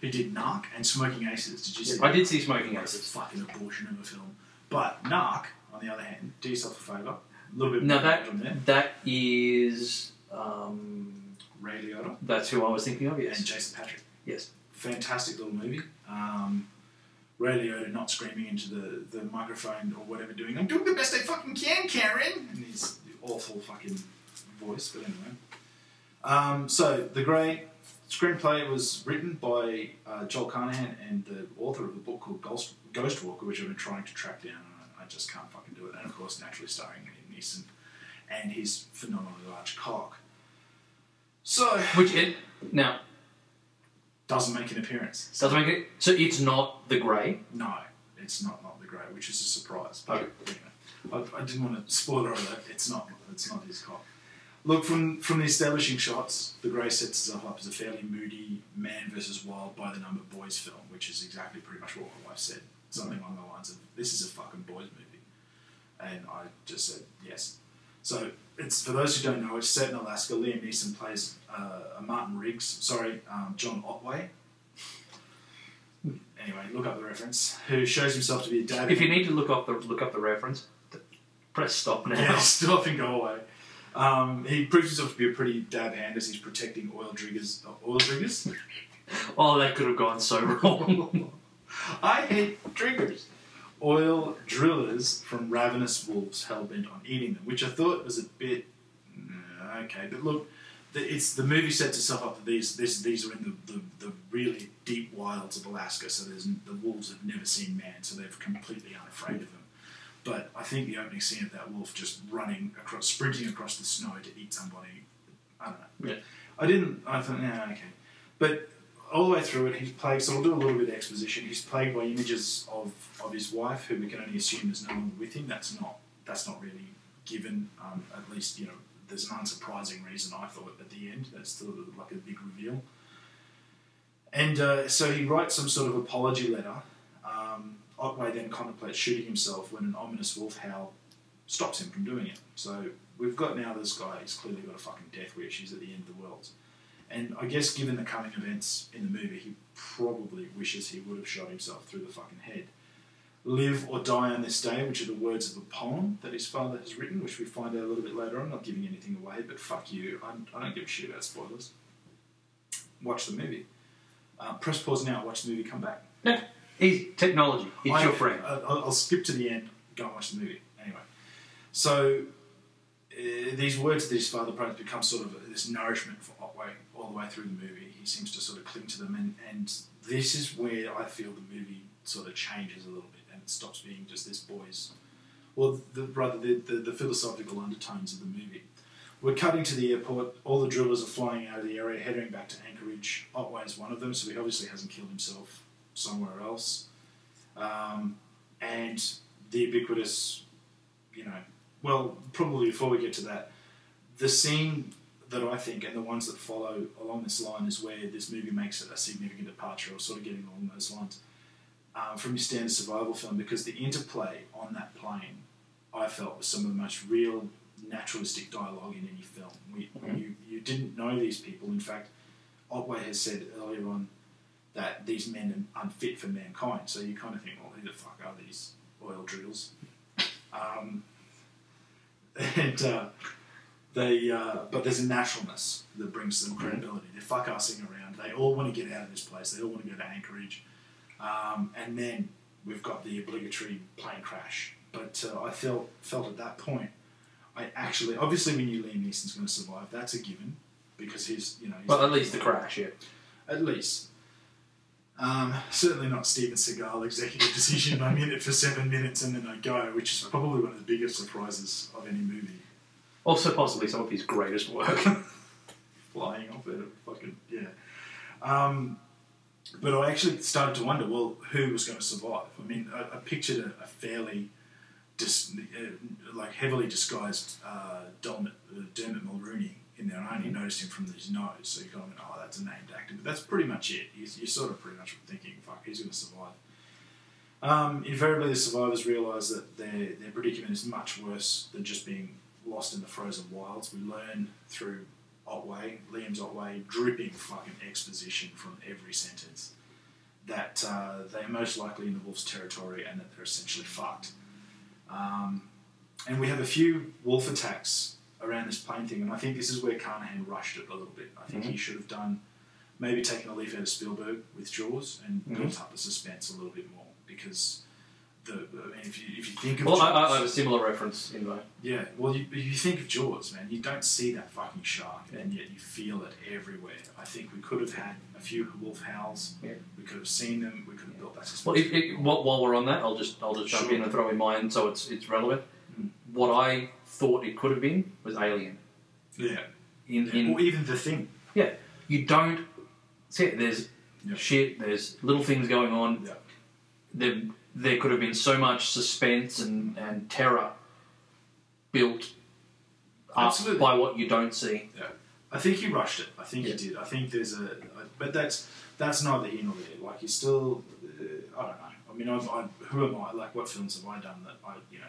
B: who did Narc and Smoking Aces. Did you see?
A: I did see smoking
B: That's a
A: acids.
B: fucking abortion of a film. But Narc, on the other hand, do yourself a favour. A little bit
A: No,
B: more
A: that
B: on there.
A: that is um,
B: Ray Liotta
A: that's who I was thinking of.
B: and
A: Yes,
B: Jason Patrick.
A: yes,
B: fantastic little movie. Um, Ray Liotta not screaming into the, the microphone or whatever, doing "I'm doing the best I fucking can, Karen," and his awful fucking voice. But anyway, um, so the Grey screenplay was written by uh, Joel Carnahan and the author of the book called Ghost, Ghost Walker, which I've been trying to track down, and I, I just can't fucking do it. And of course, naturally starring Liam Neeson and his phenomenally large cock. So
A: which it now
B: doesn't make an appearance.
A: doesn't make it. So it's not the grey.
B: No, it's not not the Grey, which is a surprise. But
A: Okay.
B: anyway, I, I didn't want to spoiler alert. It's not. It's not his cop. Look from from the establishing shots, the Grey sets itself up as a fairly moody man versus wild by the number boys film, which is exactly pretty much what my wife said. Something along the lines of, "This is a fucking boys movie," and I just said yes. So it's for those who don't know, it's set in Alaska. Liam Neeson plays uh, a Martin Riggs, sorry, um, John Otway. Anyway, look up the reference. Who shows himself to be a dad.
A: If you need to look up the look up the reference, th- press stop now.
B: yeah, stop and go away. Um, he proves himself to be a pretty dab hand as he's protecting oil driggers. Oil driggers.
A: Oh, that could have gone so wrong.
B: I hate driggers. Oil drillers from ravenous wolves hell bent on eating them, which I thought was a bit mm, okay. But look, the, it's the movie sets itself up that these this, these are in the, the, the really deep wilds of Alaska, so there's the wolves have never seen man, so they're completely unafraid of them. But I think the opening scene of that wolf just running across, sprinting across the snow to eat somebody, I don't know.
A: Yeah.
B: I didn't. I thought, yeah, okay. But all the way through it, he's plagued. So we'll do a little bit of exposition. He's plagued by images of, of his wife, who we can only assume is no longer with him. That's not that's not really given. Um, at least you know there's an unsurprising reason. I thought at the end that's still like a big reveal. And uh, so he writes some sort of apology letter. Um, Otway then contemplates shooting himself when an ominous wolf howl stops him from doing it. So we've got now this guy. He's clearly got a fucking death wish. He's at the end of the world. And I guess given the coming events in the movie, he probably wishes he would have shot himself through the fucking head. Live or die on this day, which are the words of a poem that his father has written, which we find out a little bit later. I'm not giving anything away, but fuck you. I'm, I don't give a shit about spoilers. Watch the movie. Uh, press pause now, watch the movie, come back.
A: no, easy. Technology. It's
B: I-
A: your friend.
B: I, I'll, I'll skip to the end. Go and watch the movie anyway. So uh, these words that his father pronounces become sort of this nourishment for Otway all the way through the movie. He seems to sort of cling to them, and, and this is where I feel the movie sort of changes a little bit, and it stops being just this boy's, well, the, rather the, the, the philosophical undertones of the movie. We're cutting to the airport. All the drillers are flying out of the area, heading back to Anchorage. Otway is one of them, so he obviously hasn't killed himself somewhere else um, and the ubiquitous, you know, well, probably before we get to that, the scene that I think and the ones that follow along this line is where this movie makes a significant departure or sort of getting along those lines uh, from your standard survival film because the interplay on that plane I felt was some of the most real naturalistic dialogue in any film. We, you, you didn't know these people. In fact, Otway has said earlier on that these men are unfit for mankind. So you kind of think, well, who the fuck are these oil drills? Um, and uh, they, uh, but there's a naturalness that brings them credibility. They're fuck assing around. They all want to get out of this place. They all want to go to Anchorage. Um, and then we've got the obligatory plane crash. But uh, I felt felt at that point, I actually obviously we knew Liam Neeson's going to survive. That's a given because he's you know he's
A: Well, at least the crash. Yeah.
B: at least. Um, certainly not Steven Seagal executive decision. I'm in it for seven minutes and then I go, which is probably one of the biggest surprises of any movie.
A: Also, possibly some of his greatest work.
B: Flying off it, fucking yeah. Um, but I actually started to wonder, well, who was going to survive? I mean, I, I pictured a, a fairly, dis, uh, like heavily disguised uh, Dermot, uh, Dermot Mulrooney in there. I only noticed him from his nose, so you kind of went, oh, that's a named actor. But that's pretty much it. You, you're sort of pretty much thinking, fuck, he's going to survive. Um, invariably, the survivors realise that their, their predicament is much worse than just being lost in the frozen wilds. We learn through Otway, Liam's Otway, dripping fucking exposition from every sentence that uh, they're most likely in the wolf's territory and that they're essentially fucked. Um, and we have a few wolf attacks around this plane thing, and I think this is where Carnahan rushed it a little bit. I think
A: Mm-hmm.
B: he should have done maybe taken a leaf out of Spielberg with Jaws and
A: Mm-hmm.
B: built up the suspense a little bit more because the I mean, if you if you think of
A: well, I, I
B: Jaws-
A: have a similar reference in mind.
B: yeah, well, you, you think of Jaws, man. You don't see that fucking shark, and yet you feel it everywhere. I think we could have had a few wolf howls.
A: Yeah.
B: We could have seen them. We could have built that suspense.
A: Well, if, if, while while we're on that, I'll just I'll just jump
B: Sure.
A: in and throw in mine so it's it's relevant. What I thought it could have been was Alien.
B: yeah.
A: In in
B: or even the thing.
A: yeah, you don't see it. There's
B: Yeah.
A: shit. There's little things going on.
B: Yeah.
A: There there could have been so much suspense and and terror built up
B: Absolutely.
A: by what you don't see.
B: Yeah. I think he rushed it. I think
A: Yeah.
B: he did. I think there's a, I- but that's that's neither here nor there. Like he's still, uh, I don't know. I mean, I've, I, who am I? Like, what films have I done that I, you know,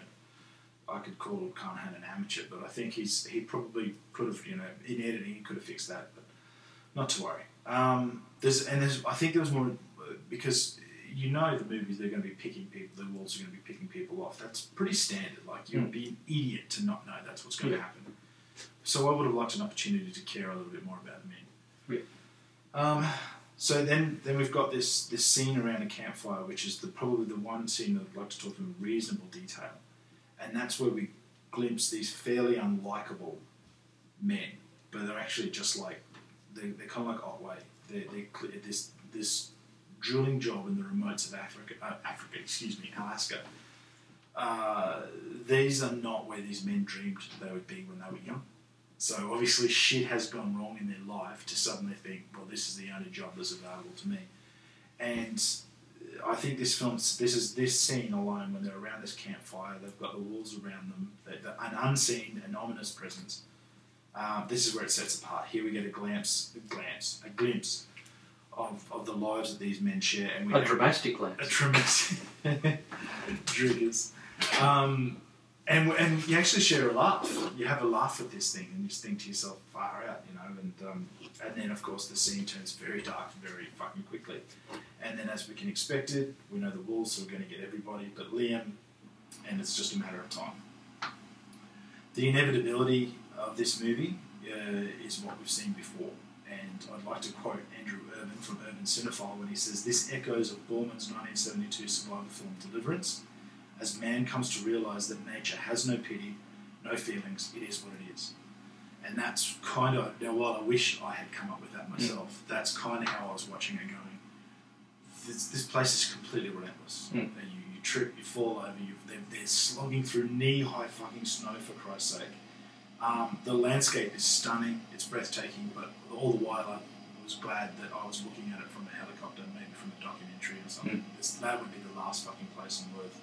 B: I could call Carnahan an amateur, but I think he's he probably could have you know in editing he could have fixed that, but not to worry. Um, there's and there's I think there was more uh, because you know the movies they're going to be picking people, the walls are going to be picking people off. That's pretty standard. Like you'd be an idiot to not know that's what's going
A: Mm. Yeah.
B: to happen. So I would have liked an opportunity to care a little bit more about the men. Um, so then, then we've got this this scene around a campfire, which is the probably the one scene that I'd like to talk in reasonable detail, and that's where we glimpse these fairly unlikable men, but they're actually just like they they're kind of like Otway. They're, they're cl- this this drilling job in the remotes of Africa, uh, Africa, excuse me, Alaska. Uh, these are not where these men dreamed they would be when they were young. So obviously, shit has gone wrong in their life to suddenly think, well, this is the only job that's available to me. And I think this film, this is this scene alone when they're around this campfire, they've got the walls around them, they- they- an unseen and ominous presence. Um, this is where it sets apart. Here we get a glimpse, a glance, a glimpse of, of the lives that these men share, and we
A: A dramatic lens.
B: a tremendous driggers. Um, and and you actually share a laugh. You have a laugh at this thing, and you just think to yourself, "Far out," you know. And um, and then of course the scene turns very dark very fucking quickly. And then as we can expect it, we know the wolves are going to get everybody but Liam, and it's just a matter of time. The inevitability of this movie uh, is what we've seen before. And I'd like to quote Andrew Irvin from Urban Cinephile when he says, This echoes of Borman's 1972 survival film Deliverance, as man comes to realise that nature has no pity, no feelings, it is what it is. And that's kind of, now while I wish I had come up with that myself, that's kind of how I was watching it going, This, this place is completely relentless.
A: Mm.
B: And You, you trip, you fall over, you, they're, they're slogging through knee high fucking snow for Christ's sake. Um, the landscape is stunning, it's breathtaking, but all the while I was glad that I was looking at it from a helicopter, maybe from a documentary or something. This, that would be the last fucking place on earth,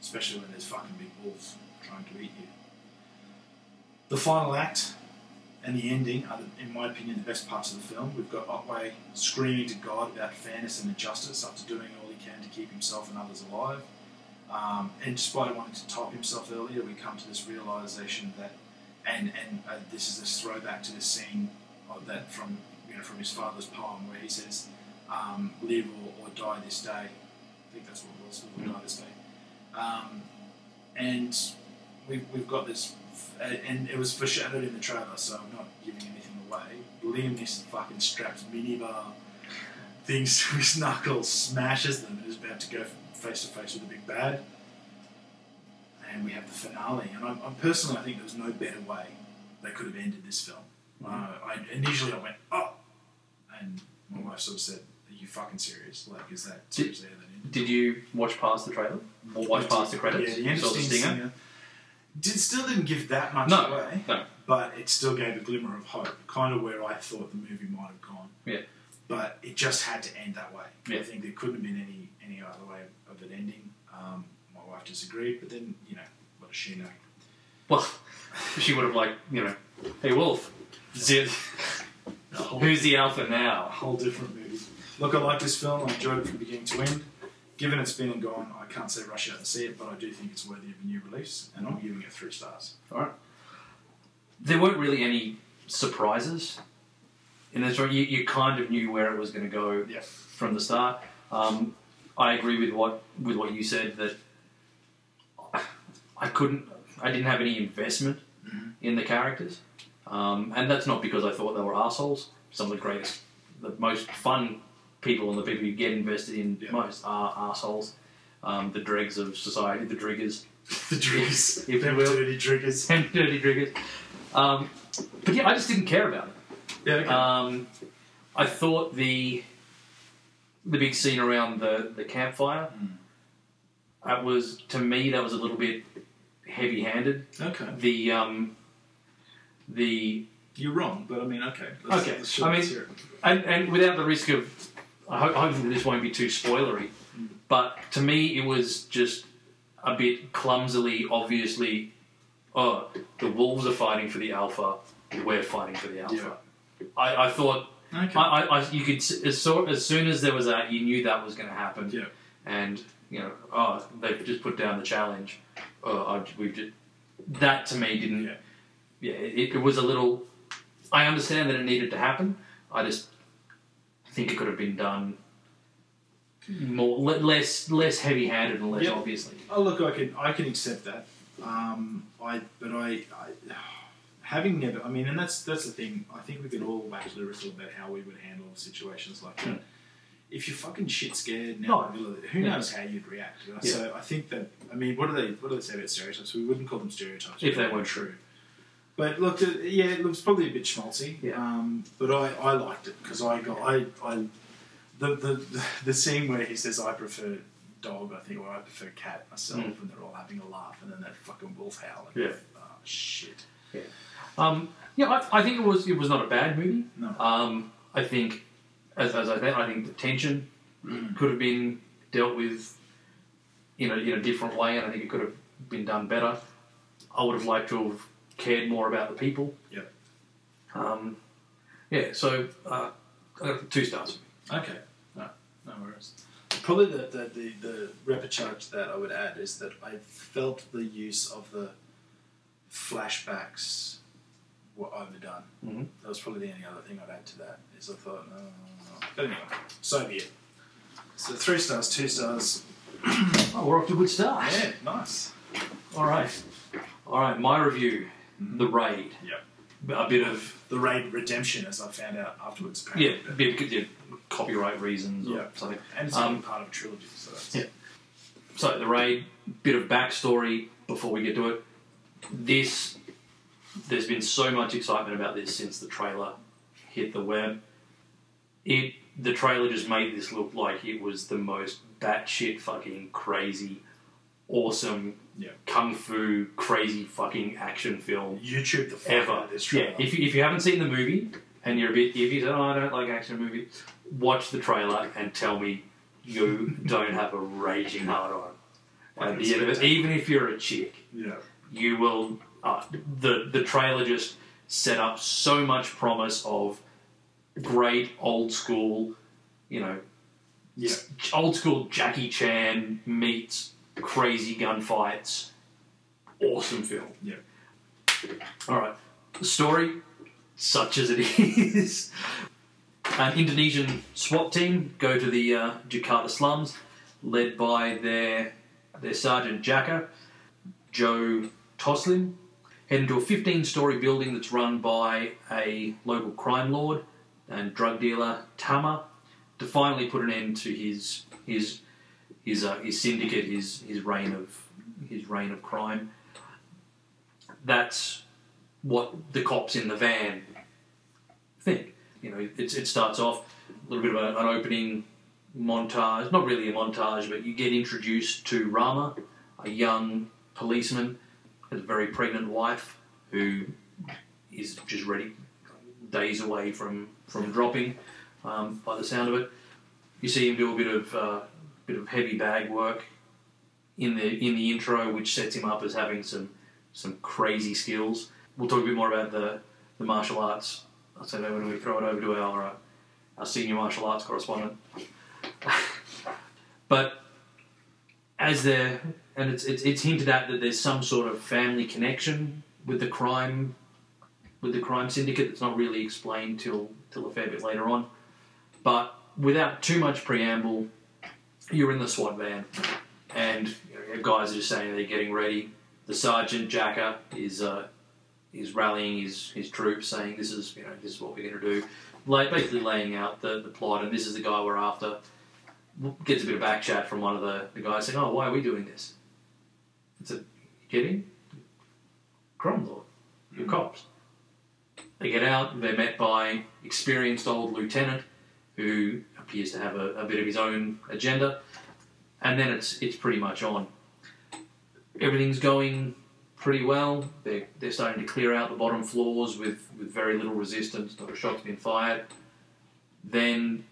B: especially when there's fucking big wolves trying to eat you. The final act and the ending are, the, in my opinion, the best parts of the film. We've got Otway screaming to God about fairness and injustice after doing all he can to keep himself and others alive. Um, and despite wanting to top himself earlier, we come to this realization that and and uh, this is this throwback to this scene of that from you know from his father's poem where he says, um, "Live or, or die this day." I think that's what it was. Live or die this day. Um, and we've, we've got this, uh, and it was foreshadowed in the trailer, so I'm not giving anything away. Liam Neeson fucking straps minibar things to his knuckles, smashes them, and is about to go face to face with the big bad and we have the finale. And I'm, I'm personally, I think there was no better way they could have ended this film. Uh, I initially I went, oh, and my wife sort of said, "Are you fucking serious? Like, is that seriously how that ended?"
A: Did you watch past the trailer? Or watch past the credits?
B: Yeah, the end
A: Saw
B: of
A: the
B: Sting
A: stinger?
B: Singer did still didn't give that much
A: No,
B: away,
A: no.
B: but it still gave a glimmer of hope, kind of where I thought the movie might have gone.
A: Yeah.
B: But it just had to end that way.
A: Yeah.
B: I think there couldn't have been any any other way of it ending. Um, my wife disagreed, but then you know what does she know?
A: Well, she would have like, you know, hey Wolf, zip. Who's the alpha
B: a
A: now?
B: whole different movie. Look, I like this film. I enjoyed it from beginning to end. Given it's been and gone, I can't say rush out and see it, but I do think it's worthy of a new release, and I'm giving it three stars.
A: There weren't really any surprises in this one. You, you kind of knew where it was going to go
B: Yeah.
A: from the start. Um, I agree with what with what you said that I couldn't, I didn't have any investment
B: Mhm.
A: in the characters, um, and that's not because I thought they were assholes. Some of the greatest, the most fun people and the people you get invested in
B: Yeah.
A: most are assholes, um, the dregs of society, the driggers
B: the triggers,
A: If you
B: Them
A: will.
B: dirty triggers.
A: and dirty driggers. Um, but yeah, I just didn't care about it.
B: Yeah, okay.
A: Um, I thought the the big scene around the, the campfire
B: Mm.
A: that was to me that was a little bit heavy handed.
B: okay,
A: The um, the
B: you're wrong, but I mean, okay.
A: Okay,
B: sure,
A: I mean-
B: let's hear it.
A: and, and without the risk of I hope, hoping that this won't be too spoilery, but to me it was just a bit clumsily, obviously. Oh, the wolves are fighting for the alpha. We're fighting for the alpha. I, I thought
B: okay.
A: I, I, I, you could s- as, so, as soon as there was that, you knew that was going to happen.
B: Yeah.
A: And you know, oh, they've just put down the challenge. Oh, I, we've just, that to me didn't.
B: Yeah.
A: yeah, it, it was a little. I understand that it needed to happen. I just think it could have been done more le- less less heavy handed and less
B: Yep.
A: obviously.
B: Oh look, I can I can accept that. Um, I but I, I having never. I mean, and that's that's the thing. I think we could all wax lyrical about how we would handle situations like that. If you're fucking shit scared now,
A: No.
B: in the middle of it, who
A: Yeah.
B: knows how you'd react? you know?
A: Yeah.
B: So I think that I mean, what do they what do they say about stereotypes? We wouldn't call them stereotypes
A: If
B: but
A: they weren't true.
B: But look, uh, yeah, it was probably a bit schmaltzy.
A: Yeah.
B: Um, but I, I liked it because I got I, I the, the the scene where he says I prefer dog, I think, or I prefer cat myself,
A: Mm.
B: and they're all having a laugh, and then that fucking wolf howling.
A: Yeah.
B: Oh, shit.
A: Um, yeah, I, I think it was it was not a bad movie.
B: No.
A: Um, I think as, as I think I think the tension
B: Mm.
A: could have been dealt with in a in a different way, and I think it could have been done better. I would have liked to have cared more about the people.
B: Yep.
A: Um, yeah. So uh, I got two stars.
B: Okay. No, no worries. Probably the the, the, the repertoire to that I would add is that I felt the use of the flashbacks were overdone.
A: Mhm.
B: That was probably the only other thing I'd add to that is I thought no, no, no, no. But anyway, so be it. So three stars, two stars.
A: Oh, we're off to a good start.
B: Yeah, nice.
A: All right. All right. My review:
B: Mm-hmm.
A: The Raid. A bit of
B: The raid redemption, as I found out afterwards.
A: yeah,
B: Apparently.
A: a bit of yeah, copyright reasons or
B: Yeah.
A: something.
B: and it's
A: Um,
B: only part of a trilogy, so that's
A: Yeah. So the raid, bit of backstory before we get to it. This, there's been so much excitement about this since the trailer hit the web. It, the trailer just made this look like it was the most batshit fucking crazy, awesome
B: Yeah.
A: kung fu crazy fucking action film
B: YouTube the fuck out
A: ever.
B: of this
A: Yeah,
B: trailer.
A: if you, if you haven't seen the movie and you're a bit iffy, say, oh, I don't like action movies, watch the trailer and tell me you don't have a raging hard on. At the end of it, even if you're a chick,
B: yeah.
A: you will. Uh, the the trailer just set up so much promise of great old school, you know,
B: Yeah.
A: old school Jackie Chan meets crazy gunfights. Awesome film.
B: Yeah.
A: All right. Story, such as it is. An Indonesian SWAT team go to the uh, Jakarta slums, led by their their sergeant Jaka, Joe Toslin, head into a 15-story building that's run by a local crime lord and drug dealer Tama to finally put an end to his his his uh, his syndicate, his his reign of his reign of crime. That's what the cops in the van think. You know, it, it starts off a little bit of a, an opening montage, not really a montage, but you get introduced to Rama, a young policeman, has a very pregnant wife who is just ready, days away from, from dropping um, by the sound of it. You see him do a bit of uh, bit of heavy bag work in the in the intro, which sets him up as having some some crazy skills. We'll talk a bit more about the, the martial arts. I say that when we throw it over to our uh, our senior martial arts correspondent. but as there, and it's, it's it's hinted at that there's some sort of family connection with the crime with the crime syndicate that's not really explained till till a fair bit later on. But without too much preamble, you're in the SWAT van, and you know, guys are just saying they're getting ready. The sergeant Jacker is uh, is rallying his, his troops, saying this is you know this is what we're going to do, like basically laying out the, the plot, and this is the guy we're after. Gets a bit of back chat from one of the, the guys saying, "Oh, why are we doing this?" It's a kidding, crime lord, you're cops. They get out. They're met by experienced old lieutenant who appears to have a, a bit of his own agenda, and then it's it's pretty much on. Everything's going pretty well. They're, they're starting to clear out the bottom floors with, with very little resistance, not a shot's been fired. Then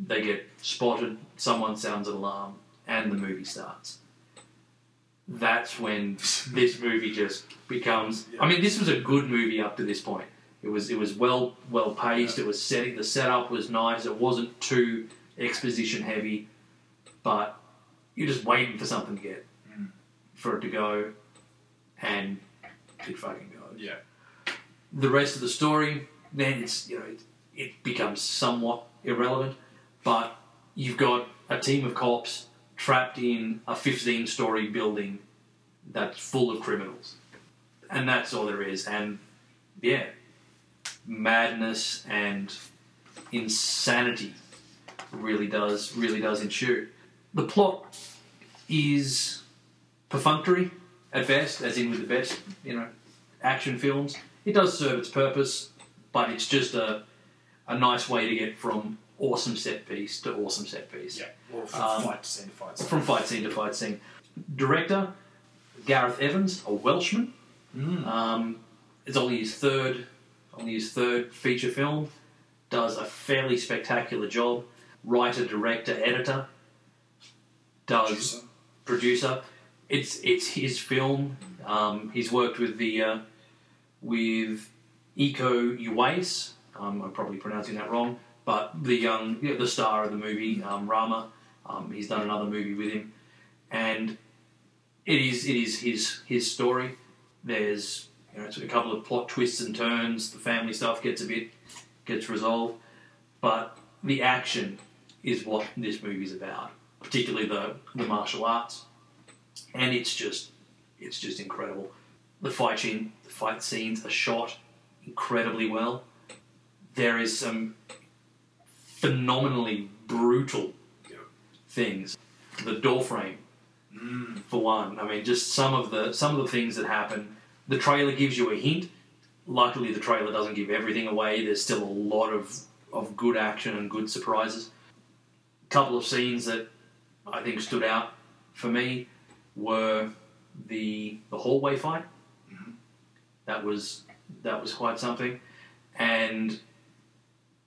A: they get spotted, someone sounds an alarm, and the movie starts. That's when this movie just becomes. I mean, this was a good movie up to this point. It was it was well well paced. It was setting the setup was nice. It wasn't too exposition heavy, but you're just waiting for something to get for it to go, and good fucking god.
B: Yeah.
A: The rest of the story, then it's you know it, it becomes somewhat irrelevant, but you've got a team of cops trapped in a 15-story building that's full of criminals, and that's all there is. And yeah, madness and insanity really does really does ensue. The plot is perfunctory at best, as in with the best, you know, action films. It does serve its purpose, but it's just a a nice way to get from awesome set piece to awesome set piece.
B: Yeah. Or from
A: Um,
B: fight scene to fight scene.
A: From fight scene to fight scene. Director Gareth Evans, a Welshman.
B: Mm.
A: Um, it's only his third, only his third feature film. Does a fairly spectacular job. Writer, director, editor. Does
B: Producer.
A: producer. It's it's his film. Um, he's worked with the uh, with Eco Uwais. Um, I'm probably pronouncing that wrong, but the young yeah, the star of the movie um, Rama. Um, he's done another movie with him, and it is it is his his story. There's you know it's a couple of plot twists and turns. The family stuff gets a bit gets resolved, but the action is what this movie's about, particularly the, the martial arts, and it's just it's just incredible. The fight scene, the fight scenes are shot incredibly well. There is some phenomenally brutal
B: Yeah.
A: things. The door frame,
B: Mm.
A: for one. I mean, just some of the some of the things that happen. The trailer gives you a hint. Luckily, the trailer doesn't give everything away. There's still a lot of of good action and good surprises. A couple of scenes that I think stood out for me were the the hallway fight. That was that was quite something, and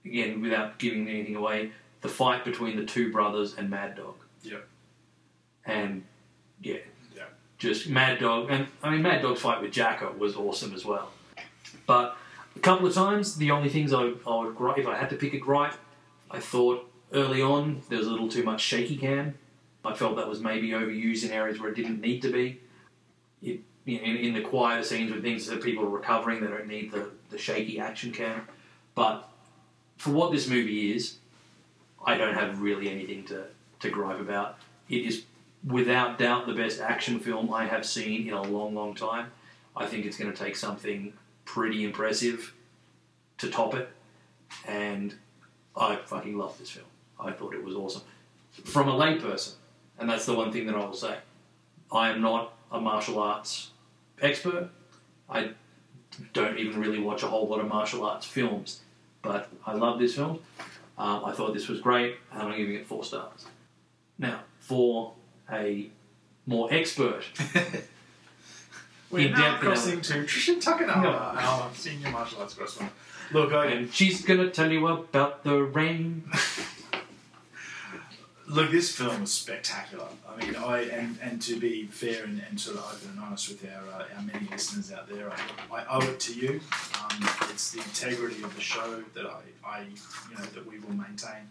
A: again, without giving anything away, the fight between the two brothers and Mad Dog.
B: Yep.
A: And yeah,
B: Yeah.
A: just Mad Dog, and I mean Mad Dog's fight with Jacko was awesome as well. But a couple of times, the only things I, I would gripe, if I had to pick a gripe, I thought early on there was a little too much shaky cam. I felt that was maybe overused in areas where it didn't need to be. It, in, in the quieter scenes when things that people are recovering, they don't need the, the shaky action cam. But for what this movie is, I don't have really anything to, to gripe about. It is without doubt the best action film I have seen in a long, long time. I think it's going to take something pretty impressive to top it, and I fucking love this film. I thought it was awesome. From a layperson, and that's the one thing that I will say, I am not a martial arts expert. I don't even really watch a whole lot of martial arts films, but I love this film. Um, I thought this was great, and I'm giving it four stars. Now, for a more expert,
B: We're
A: You
B: now
A: dip in a-
B: crossing to Trishan Takanawa,
A: No.
B: our senior martial arts correspondent. Look, I,
A: and she's gonna tell you about the rain.
B: look, this film was spectacular. I mean, I and, and to be fair and, and sort of open and honest with our, uh, our many listeners out there, I, I owe it to you. Um, it's the integrity of the show that I, I, you know, that we will maintain.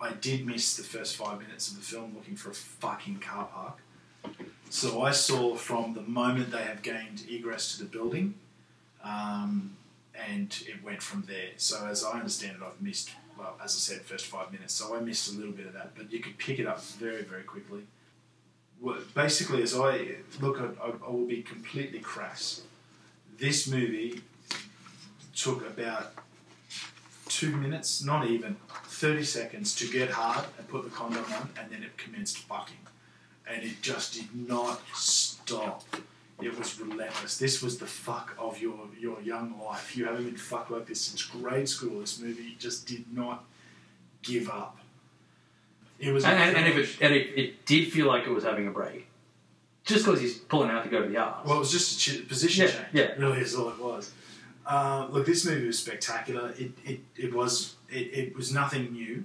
B: I did miss the first five minutes of the film looking for a fucking car park. So I saw from the moment they have gained egress to the building, um, and it went from there. So as I understand it, I've missed, well, as I said, first five minutes. So I missed a little bit of that, but you could pick it up very, very quickly. Well, basically, as I look, I, I- I will be completely crass. This movie took about two minutes, not even 30 seconds, to get hard and put the condom on, and then it commenced fucking and it just did not stop. It was relentless. This was the fuck of your, your young life. You haven't been fucked like this since grade school. This movie just did not give up. It was
A: And, and, and if it and it, it did feel like it was having a break, just because he's pulling out to go to the arts.
B: Well, it was just a ch- position
A: Yeah,
B: change.
A: yeah.
B: really is all it was. Uh, look, this movie was spectacular. It it, it was it, it was nothing new,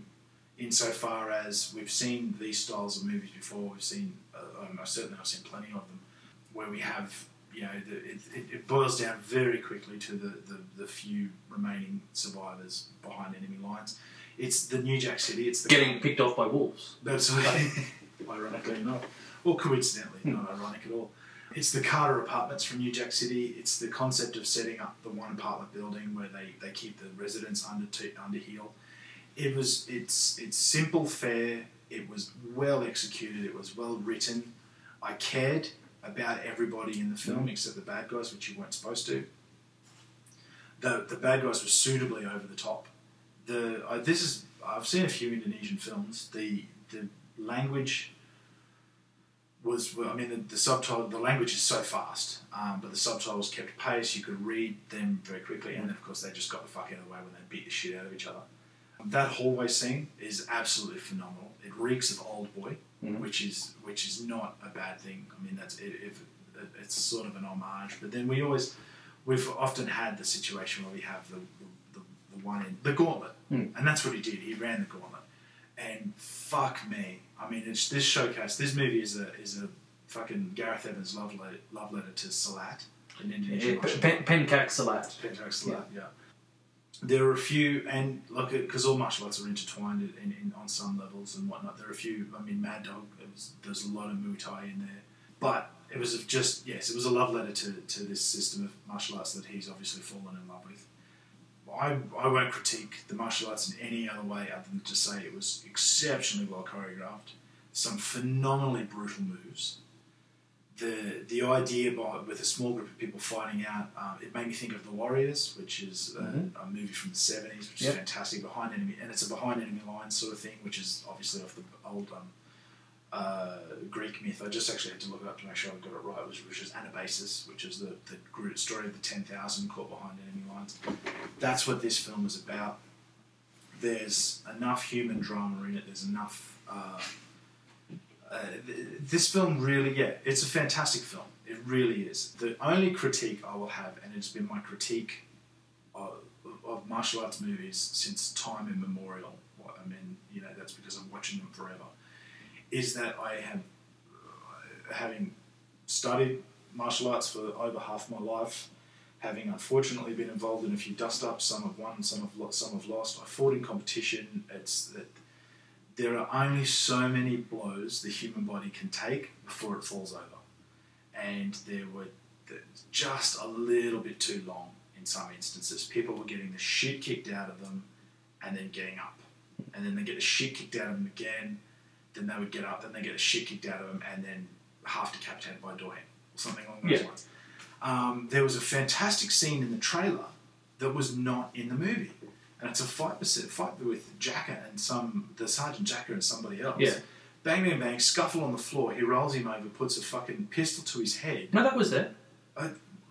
B: insofar as we've seen these styles of movies before. We've seen uh, um, certainly I've seen plenty of them where we have you know the, it, it, it boils down very quickly to the, the, the few remaining survivors behind enemy lines. It's the New Jack City. It's the
A: getting picked off by wolves.
B: Absolutely. Ironically not. Or coincidentally, not ironic at all. It's the Carter Apartments from New Jack City. It's the concept of setting up the one apartment building where they, they keep the residents under t- under heel. It was it's it's simple fare. It was well executed. It was well written. I cared about everybody in the film except the bad guys, which you weren't supposed to. The the bad guys were suitably over the top. The I this is I've seen a few Indonesian films. The the language was well, I mean the, the subtitle the language is so fast, um, but the subtitles kept pace. You could read them very quickly, and of course they just got the fuck out of the way when they beat the shit out of each other. That hallway scene is absolutely phenomenal. It reeks of old boy,
A: Mhm.
B: which is which is not a bad thing. I mean that's it, if it, it's sort of an homage. But then we always we've often had the situation where we have the the, the, the one in the gauntlet,
A: Mm.
B: and that's what he did. He ran the gauntlet and fuck me. I mean, it's this showcase. This movie is a is a fucking Gareth Evans love letter, love letter to Salat, an
A: Yeah,
B: Indonesian martial
A: Pen- Pencak Salat.
B: arts. Pentax Salat. Yeah. There are a few, and look, because all martial arts are intertwined in, in, in, on some levels and whatnot. There are a few. I mean, Mad Dog. It was, there's a lot of Muay Thai in there, but it was of just yes, it was a love letter to, to this system of martial arts that he's obviously fallen in love with. I, I won't critique the martial arts in any other way other than to say it was exceptionally well choreographed, some phenomenally brutal moves. The the idea by, with a small group of people fighting out, um, it made me think of The Warriors, which is a,
A: Mhm.
B: a movie from the 70s, which
A: Yep.
B: is fantastic, behind enemy, and it's a behind enemy lines sort of thing, which is obviously off the old um, uh, Greek myth. I just actually had to look it up to make sure I got it right, which, which is Anabasis, which is the, the gr- story of the 10,000 caught behind enemy lines that's what this film is about. There's enough human drama in it. There's enough. Uh, uh, th- this film really, yeah, it's a fantastic film. It really is. The only critique I will have, and it's been my critique of, of martial arts movies since time immemorial. Well, I mean, you know, that's because I'm watching them forever. Is that I have, uh, having studied martial arts for over half my life, having unfortunately been involved in a few dust ups, some have won, some have lost, some have lost. I fought in competition. It's that there are only so many blows the human body can take before it falls over, and there were th- just a little bit too long in some instances. People were getting the shit kicked out of them, and then getting up, and then they get the shit kicked out of them again. Then they would get up, then they get the shit kicked out of them, and then half decapitated by a doorhead or something along those
A: Yeah.
B: lines um, there was a fantastic scene in the trailer that was not in the movie, and it's a fight pers- fight with Jacker and some the Sergeant Jacker and somebody else.
A: Yeah.
B: Bang, bang, bang! Scuffle on the floor. He rolls him over, puts a fucking pistol to his head.
A: No, that was there.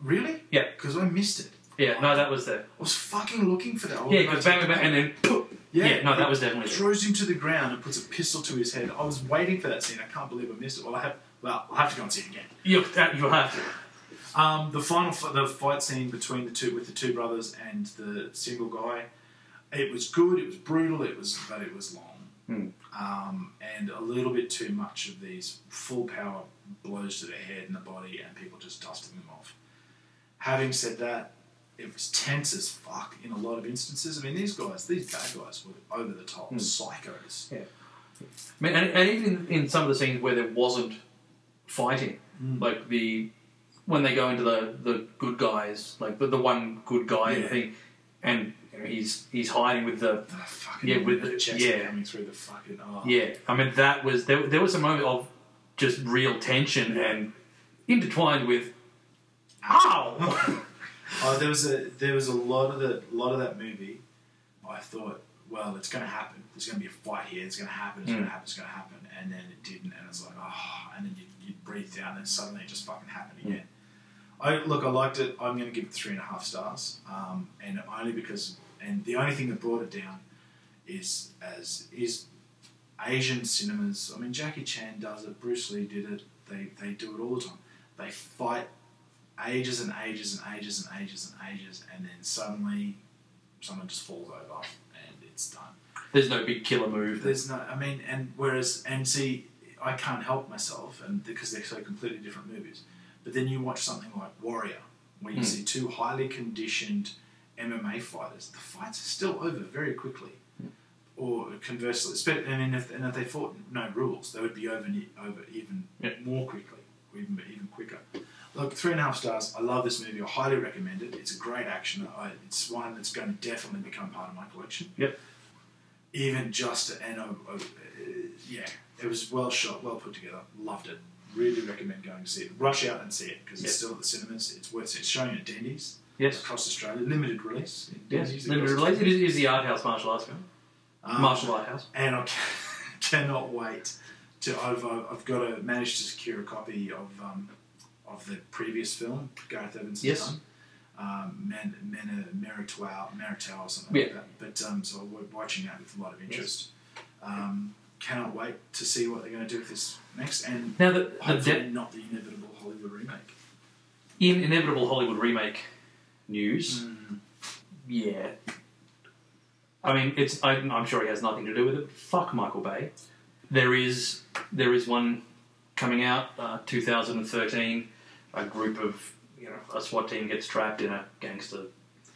B: Really?
A: Yeah.
B: Because I missed it.
A: Yeah, no, that was there.
B: I was fucking looking for that.
A: Yeah, because bang, bang, bang, and then poof.
B: Yeah,
A: Yeah, no, that
B: he
A: was definitely there.
B: Throws him to the ground and puts a pistol to his head. I was waiting for that scene. I can't believe I missed it. Well, I have. Well, I'll have to go and see it again.
A: You, that, you have to.
B: Um, the final f- the fight scene between the two with the two brothers and the single guy, it was good. It was brutal. It was but it was long,
A: Hmm.
B: um, and a little bit too much of these full power blows to the head and the body, and people just dusting them off. Having said that, it was tense as fuck in a lot of instances. I mean, these guys, these bad guys, were over the
A: Hmm.
B: top psychos.
A: I mean, and, and even in, in some of the scenes where there wasn't fighting,
B: Mm.
A: like the when they go into the, the good guys, like the, the one good guy
B: Yeah.
A: thing, and you know, he's he's hiding with the
B: The fucking
A: Yeah, with the-
B: chest
A: yeah.
B: coming through the fucking oh.
A: yeah. I mean, that was there. There was a moment of just real tension
B: Yeah.
A: and intertwined with ow.
B: Oh, there was a there was a lot of the lot of that movie. I thought, well, it's going to happen. There's going to be a fight here. It's going to happen. It's going
A: Mm.
B: to happen. It's going to happen. And then it didn't. And it's like, oh, and then you, you breathe down, and suddenly it just fucking happened again. I look, I liked it. I'm going to give it three and a half stars, um, and only because, and the only thing that brought it down is as is Asian cinemas. I mean, Jackie Chan does it. Bruce Lee did it. They they do it all the time. They fight ages and ages and ages and ages and ages, and then suddenly someone just falls over and it's done.
A: There's no big killer move.
B: There's no, I mean, and whereas, and see, I can't help myself, and because they're so completely different movies. But then you watch something like Warrior, where you
A: Mm.
B: see two highly conditioned MMA fighters. The fights are still over very quickly. Or conversely, spe- I mean, if, and if they fought no rules, they would be over, ne- over even
A: Yeah.
B: more quickly, or even even quicker. Look, three and a half stars. I love this movie. I highly recommend it. It's a great action. I, it's one that's going to definitely become part of my collection.
A: Yep.
B: Even just and I, I, uh, yeah, it was well shot, well put together. Loved it. Really recommend going to see it. Rush out and see it because
A: Yes.
B: it's still at the cinemas. It's worth it. It's showing at Dandy's
A: Yes.
B: across Australia, limited release.
A: Yes.
B: Dandy's
A: Limited
B: across-
A: release. It is, it is the art house martial arts film.
B: Um,
A: martial art house.
B: and I ca- cannot wait to. I've, uh, I've got to manage to secure a copy of um, of the previous film Gareth Evans has
A: Yes.
B: done, um, Men Men Meritau Meritau or something like
A: Yeah.
B: that. But um, so we're watching that with a lot of interest. Um, cannot wait to see what they're going to do with this next, and
A: Now, the, the
B: hopefully
A: de-
B: not the inevitable Hollywood remake.
A: in inevitable Hollywood remake
B: Hmm.
A: news, yeah. I mean, it's. I, I'm sure he has nothing to do with it. Fuck Michael Bay. There is there is one coming out, uh, 2013. A group of you know a SWAT team gets trapped in a gangster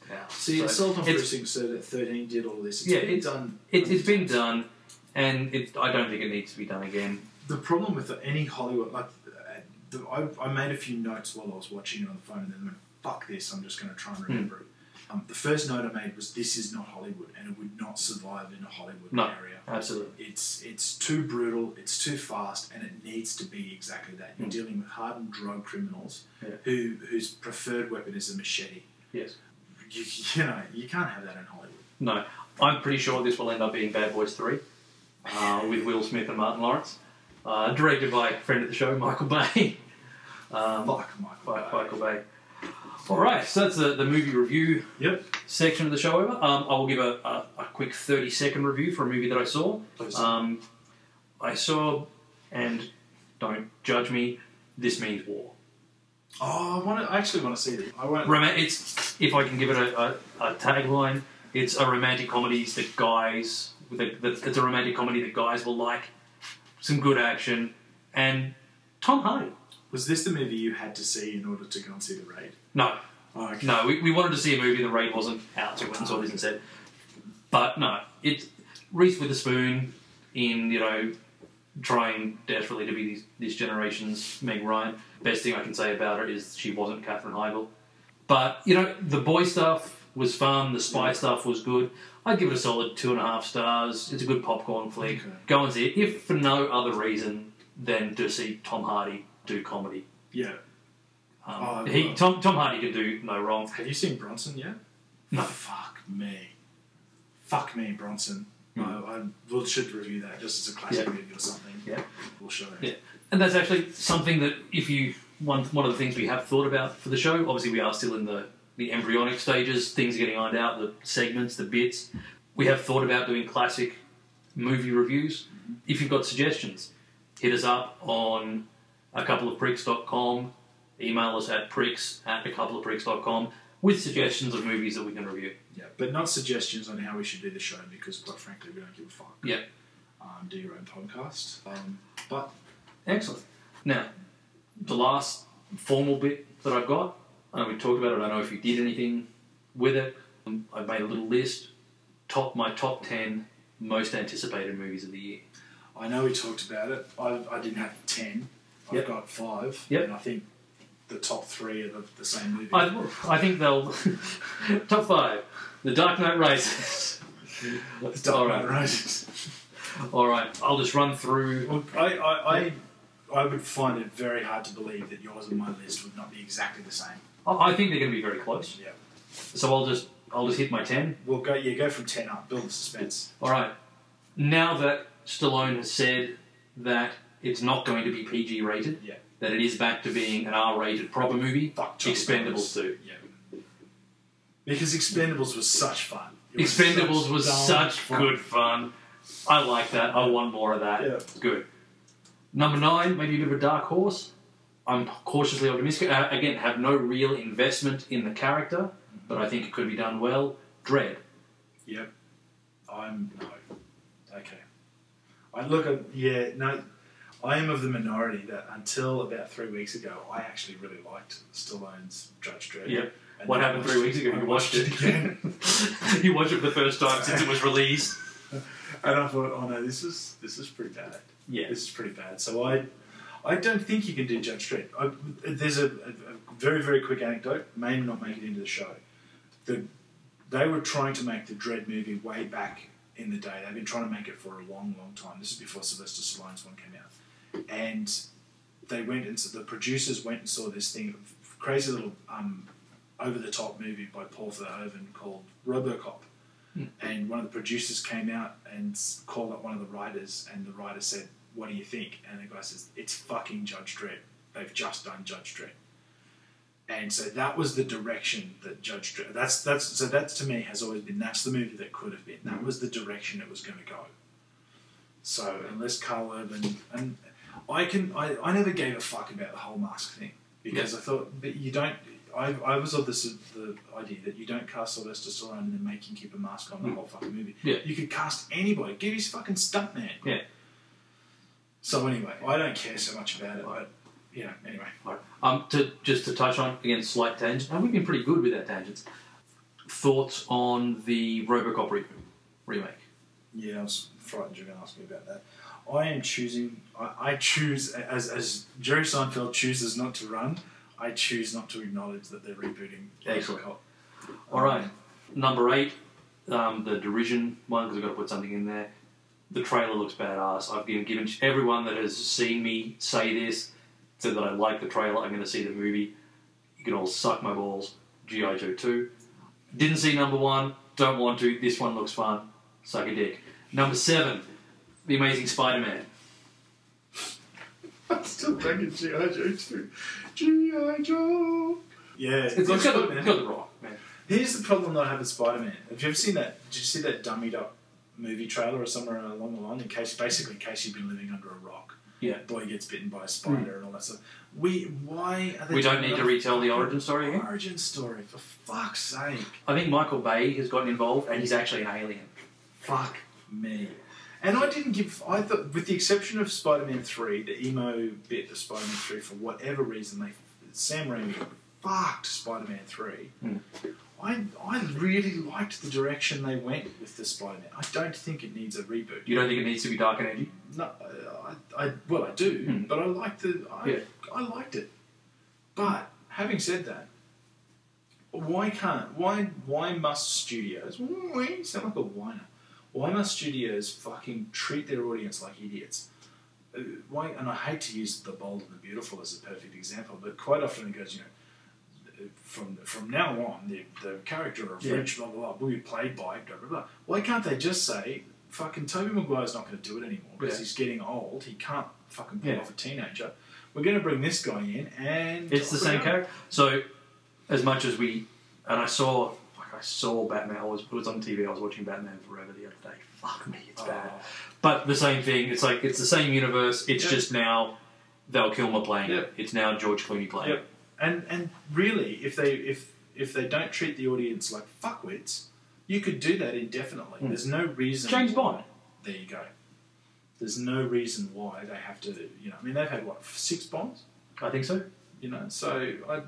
A: house.
B: See,
A: So-
B: Assault on
A: it's-
B: First Things said at 13 did all this. It's
A: Yeah,
B: been
A: it's-
B: done.
A: It, it's been done, and it, I don't think it needs to be done again.
B: the problem with any Hollywood, like, uh, the, I, I made a few notes while I was watching it on the phone, and then I went, "Fuck this! I'm just going to try
A: Hmm.
B: and remember it." Um, the first note I made was, "This is not Hollywood, and it would not survive in a Hollywood
A: No.
B: area.
A: Absolutely.
B: It's it's too brutal, it's too fast, and it needs to be exactly that. You're
A: Mm.
B: dealing with hardened drug criminals
A: Yeah.
B: who whose preferred weapon is a machete.
A: Yes.
B: You, you know, you can't have that in Hollywood.
A: No, I'm pretty sure this will end up being Bad Boys Three, uh, with Will Smith and Martin Lawrence, uh, directed by friend of the show Michael Bay. um,
B: Fuck Michael.
A: by
B: Bay.
A: Michael Bay. All right, so that's the, the movie review
B: Yep.
A: section of the show over. Um, I will give a, a, a quick 30 second review for a movie that I saw.
B: Please.
A: Um, I saw, and don't judge me, this means war.
B: oh, I want to. I actually want to see it. I want.
A: Roma- it's if I can give it a, a, a tagline, it's a romantic comedy that guys that, that it's a romantic comedy that guys will like, some good action, and Tom Hardy.
B: Was this the movie you had to see in order to go and see the raid?
A: No,
B: Oh, okay.
A: no, we, we wanted to see a movie. The raid wasn't out, so we went and saw this instead. But no, it's Reese Witherspoon in you know trying desperately to be this, this generation's Meg Ryan. Best thing I can say about her is she wasn't Katherine Heigl. But you know the boy stuff was fun. The spy stuff was good. I'd give it a solid two and a half stars. It's a good popcorn flick.
B: Okay.
A: Go and see it if for no other reason than to see Tom Hardy do comedy.
B: Yeah.
A: Um,
B: Oh,
A: he
B: well.
A: Tom Tom Hardy can do no wrong.
B: Have you seen Bronson yet?
A: No.
B: Fuck me. Fuck me, Bronson.
A: Hmm.
B: I, I we'll, should review that just as a classic
A: Yeah.
B: movie or something.
A: Yeah.
B: We'll show it.
A: Yeah. And that's actually something that if you one one of the things we have thought about for the show. Obviously, we are still in the the embryonic stages. Things are getting ironed out. The segments, the bits. We have thought about doing classic movie reviews. If you've got suggestions, hit us up on a couple of pricks.com. Email us at pricks at a couple of pricks.com with suggestions of movies that we can review.
B: Yeah, But not suggestions on how we should do the show because, quite frankly, we don't give a fuck.
A: Yeah.
B: Um, do your own podcast. Um, but
A: Excellent. Now, the last formal bit that I've got, and we talked about it, I don't know if you did anything with it. Um, I've made a little list, top my top 10 most anticipated movies of the year.
B: I know we talked about it. I, I didn't have ten. I've
A: Yep.
B: got five.
A: Yep.
B: And I think the top three are the, the same movie.
A: I, I think they'll. top five The Dark Knight Rises.
B: the Dark Knight
A: Alright.
B: Rises.
A: All right, I'll just run through.
B: Well, I, I, I, I would find it very hard to believe that yours and my list would not be exactly the same.
A: I I think they're going to be very close.
B: Yeah.
A: So I'll just I'll just hit my 10.
B: Well, go yeah, go from ten up. Build the suspense.
A: All right. Now that Stallone has said that it's not going to be PG rated,
B: Yeah.
A: that it is back to being an R-rated proper movie,
B: Fuck. John
A: Expendables
B: Williams.
A: too.
B: Yeah. Because Expendables was such fun. It was
A: Expendables was
B: dumb
A: such
B: fun.
A: good fun. I like that. I want more of that.
B: Yeah.
A: Good. Number nine, maybe a bit of a dark horse. I'm cautiously optimistic. Uh, again, have no real investment in the character, but I think it could be done well. Dread.
B: Yep. I'm no. Okay. I look at yeah no. I am of the minority that until about three weeks ago, I actually really liked Stallone's Judge Dredd.
A: Yep.
B: And
A: What
B: then I
A: happened
B: watched-
A: three weeks ago?
B: I
A: You watched it
B: again.
A: you watched it for the first time since it was released.
B: And I thought, oh no, this is this is pretty bad.
A: Yeah.
B: This is pretty bad. So I I don't think you can do Judge Street. I, there's a, a- a very, very quick anecdote, may not make it into the show. The, they were trying to make the Dread movie way back in the day. They've been trying to make it for a long, long time. This is before Sylvester Stallone's one came out. And they went and so the producers went and saw this thing, crazy little um, over the top movie by Paul Verhoeven called Robocop. And one of the producers came out and s- called up one of the writers, and the writer said, What do you think? And the guy says, It's fucking Judge Dredd. They've just done Judge Dredd. And so that was the direction that Judge Dredd. That's that's so that to me has always been that's the movie that could have been. That was the direction it was going to go. So unless Carl Urban and I can I, I never gave a fuck about the whole mask thing because I thought but you don't. I, I was of this the idea that you don't cast Sylvester Stallone and then make him keep a mask on the whole fucking movie.
A: Mm. Yeah.
B: You could cast anybody. Give his fucking stuntman.
A: Yeah.
B: So anyway, I don't care so much about it. I, you know, anyway.
A: Um, to just to touch on again, slight tangent. and We've been pretty good with our tangents. Thoughts on the RoboCop re- remake?
B: Yeah, I was frightened you were going to ask me about that. I am choosing. I, I choose as as Jerry Seinfeld chooses not to run. I choose not to acknowledge that they're rebooting. Um,
A: Excellent.
B: Robocop.
A: All right, number eight, um, the derision one because I've got to put something in there. The trailer looks badass. I've been given everyone that has seen me say this, said that I like the trailer. I'm going to see the movie. You can all suck my balls. GI Joe two. Didn't see number one. Don't want to. This one looks fun. Suck a dick. Number seven, The Amazing Spider-Man.
B: I'm still thinking GI Joe too. GI Joe. Yeah,
A: It's got,
B: good,
A: the,
B: man.
A: it's got the rock, man.
B: Here's the problem that I have with Spider Man. Have you ever seen that? Did you see that dummied up movie trailer or somewhere along the line? In case, basically, in case you've been living under a rock.
A: Yeah.
B: Boy gets bitten by a spider and all that stuff. We why are they
A: We don't
B: doing
A: need to
B: another
A: retell the origin story eh? again.
B: Origin story, for fuck's sake.
A: I think Michael Bay has gotten involved, and he's actually an alien.
B: Fuck me. And I didn't give. I thought, with the exception of Spider Man 3, the emo bit of Spider Man 3, for whatever reason, they Sam Raimi fucked Spider Man 3.
A: Hmm.
B: I, I really liked the direction they went with the Spider Man. I don't think it needs a reboot.
A: You don't think it needs to be dark and edgy?
B: No, I, I well, I do,
A: Hmm.
B: but I liked the. I,
A: Yeah.
B: I liked it. But having said that, why can't why why must studios? Why you sound like a whiner. Why must studios fucking treat their audience like idiots? Uh, Why? And I hate to use the bold and the beautiful as a perfect example, but quite often it goes, you know, from from now on, the, the character of
A: Yeah.
B: Rich blah blah blah will be played by blah blah blah. Why can't they just say fucking Toby Maguire's not going to do it anymore because
A: Yeah.
B: he's getting old. He can't fucking pull
A: Yeah.
B: off a teenager. We're going to bring this guy in, and
A: It's the
B: off we
A: same
B: go.
A: character. So, as much as we, and I saw, like I saw Batman. I was it was on TV. I was watching Batman Forever the other day. Fuck me, it's
B: Oh.
A: bad. But the same thing. It's like it's the same universe. It's
B: Yep.
A: just now Val Kilmer playing
B: Yep.
A: it. It's now George Clooney playing
B: Yep. And and really, if they if if they don't treat the audience like fuckwits, you could do that indefinitely.
A: Mm.
B: There's no
A: it.
B: reason.
A: James
B: why-
A: Bond.
B: There you go. There's no reason why they have to. You know, I mean, they've had what six Bonds.
A: I think so.
B: You know, so I.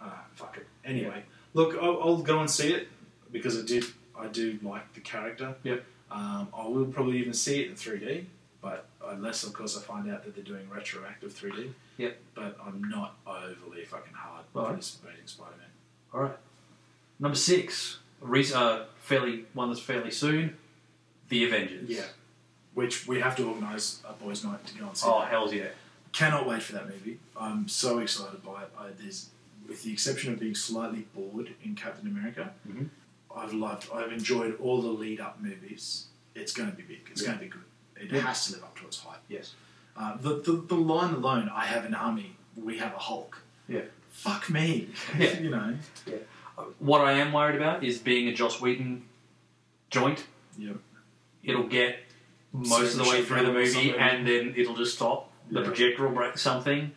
B: Ah, fuck it. Anyway, look, I'll, I'll go and see it because I did. I do like the character.
A: Yep.
B: Um, I will probably even see it in 3D, but unless, of course, I find out that they're doing retroactive 3D.
A: Yep.
B: But I'm not overly fucking hard for
A: Alright.
B: this Amazing Spider-Man.
A: All right. Number six, a rec- uh, fairly one that's fairly soon. The Avengers.
B: Yeah. Which we have to organise a boys' night to go and see.
A: Oh hell's yeah.
B: Cannot wait for that movie. I'm so excited by it. I, there's, with the exception of being slightly bored in Captain America,
A: Mhm.
B: I've loved. I've enjoyed all the lead-up movies. It's going to be big. It's
A: Yeah.
B: going to be good. It
A: Yeah.
B: has to live up to its hype.
A: Yes.
B: Uh, the, the the line alone, "I have an army. We have a Hulk."
A: Yeah.
B: Fuck me.
A: Yeah.
B: you know.
A: What I am worried about is being a Joss Whedon joint.
B: Yep.
A: It'll get most of the way through the
B: Certain shutdown or
A: movie,
B: something.
A: and then it'll just stop. The
B: Yeah.
A: projector will break something.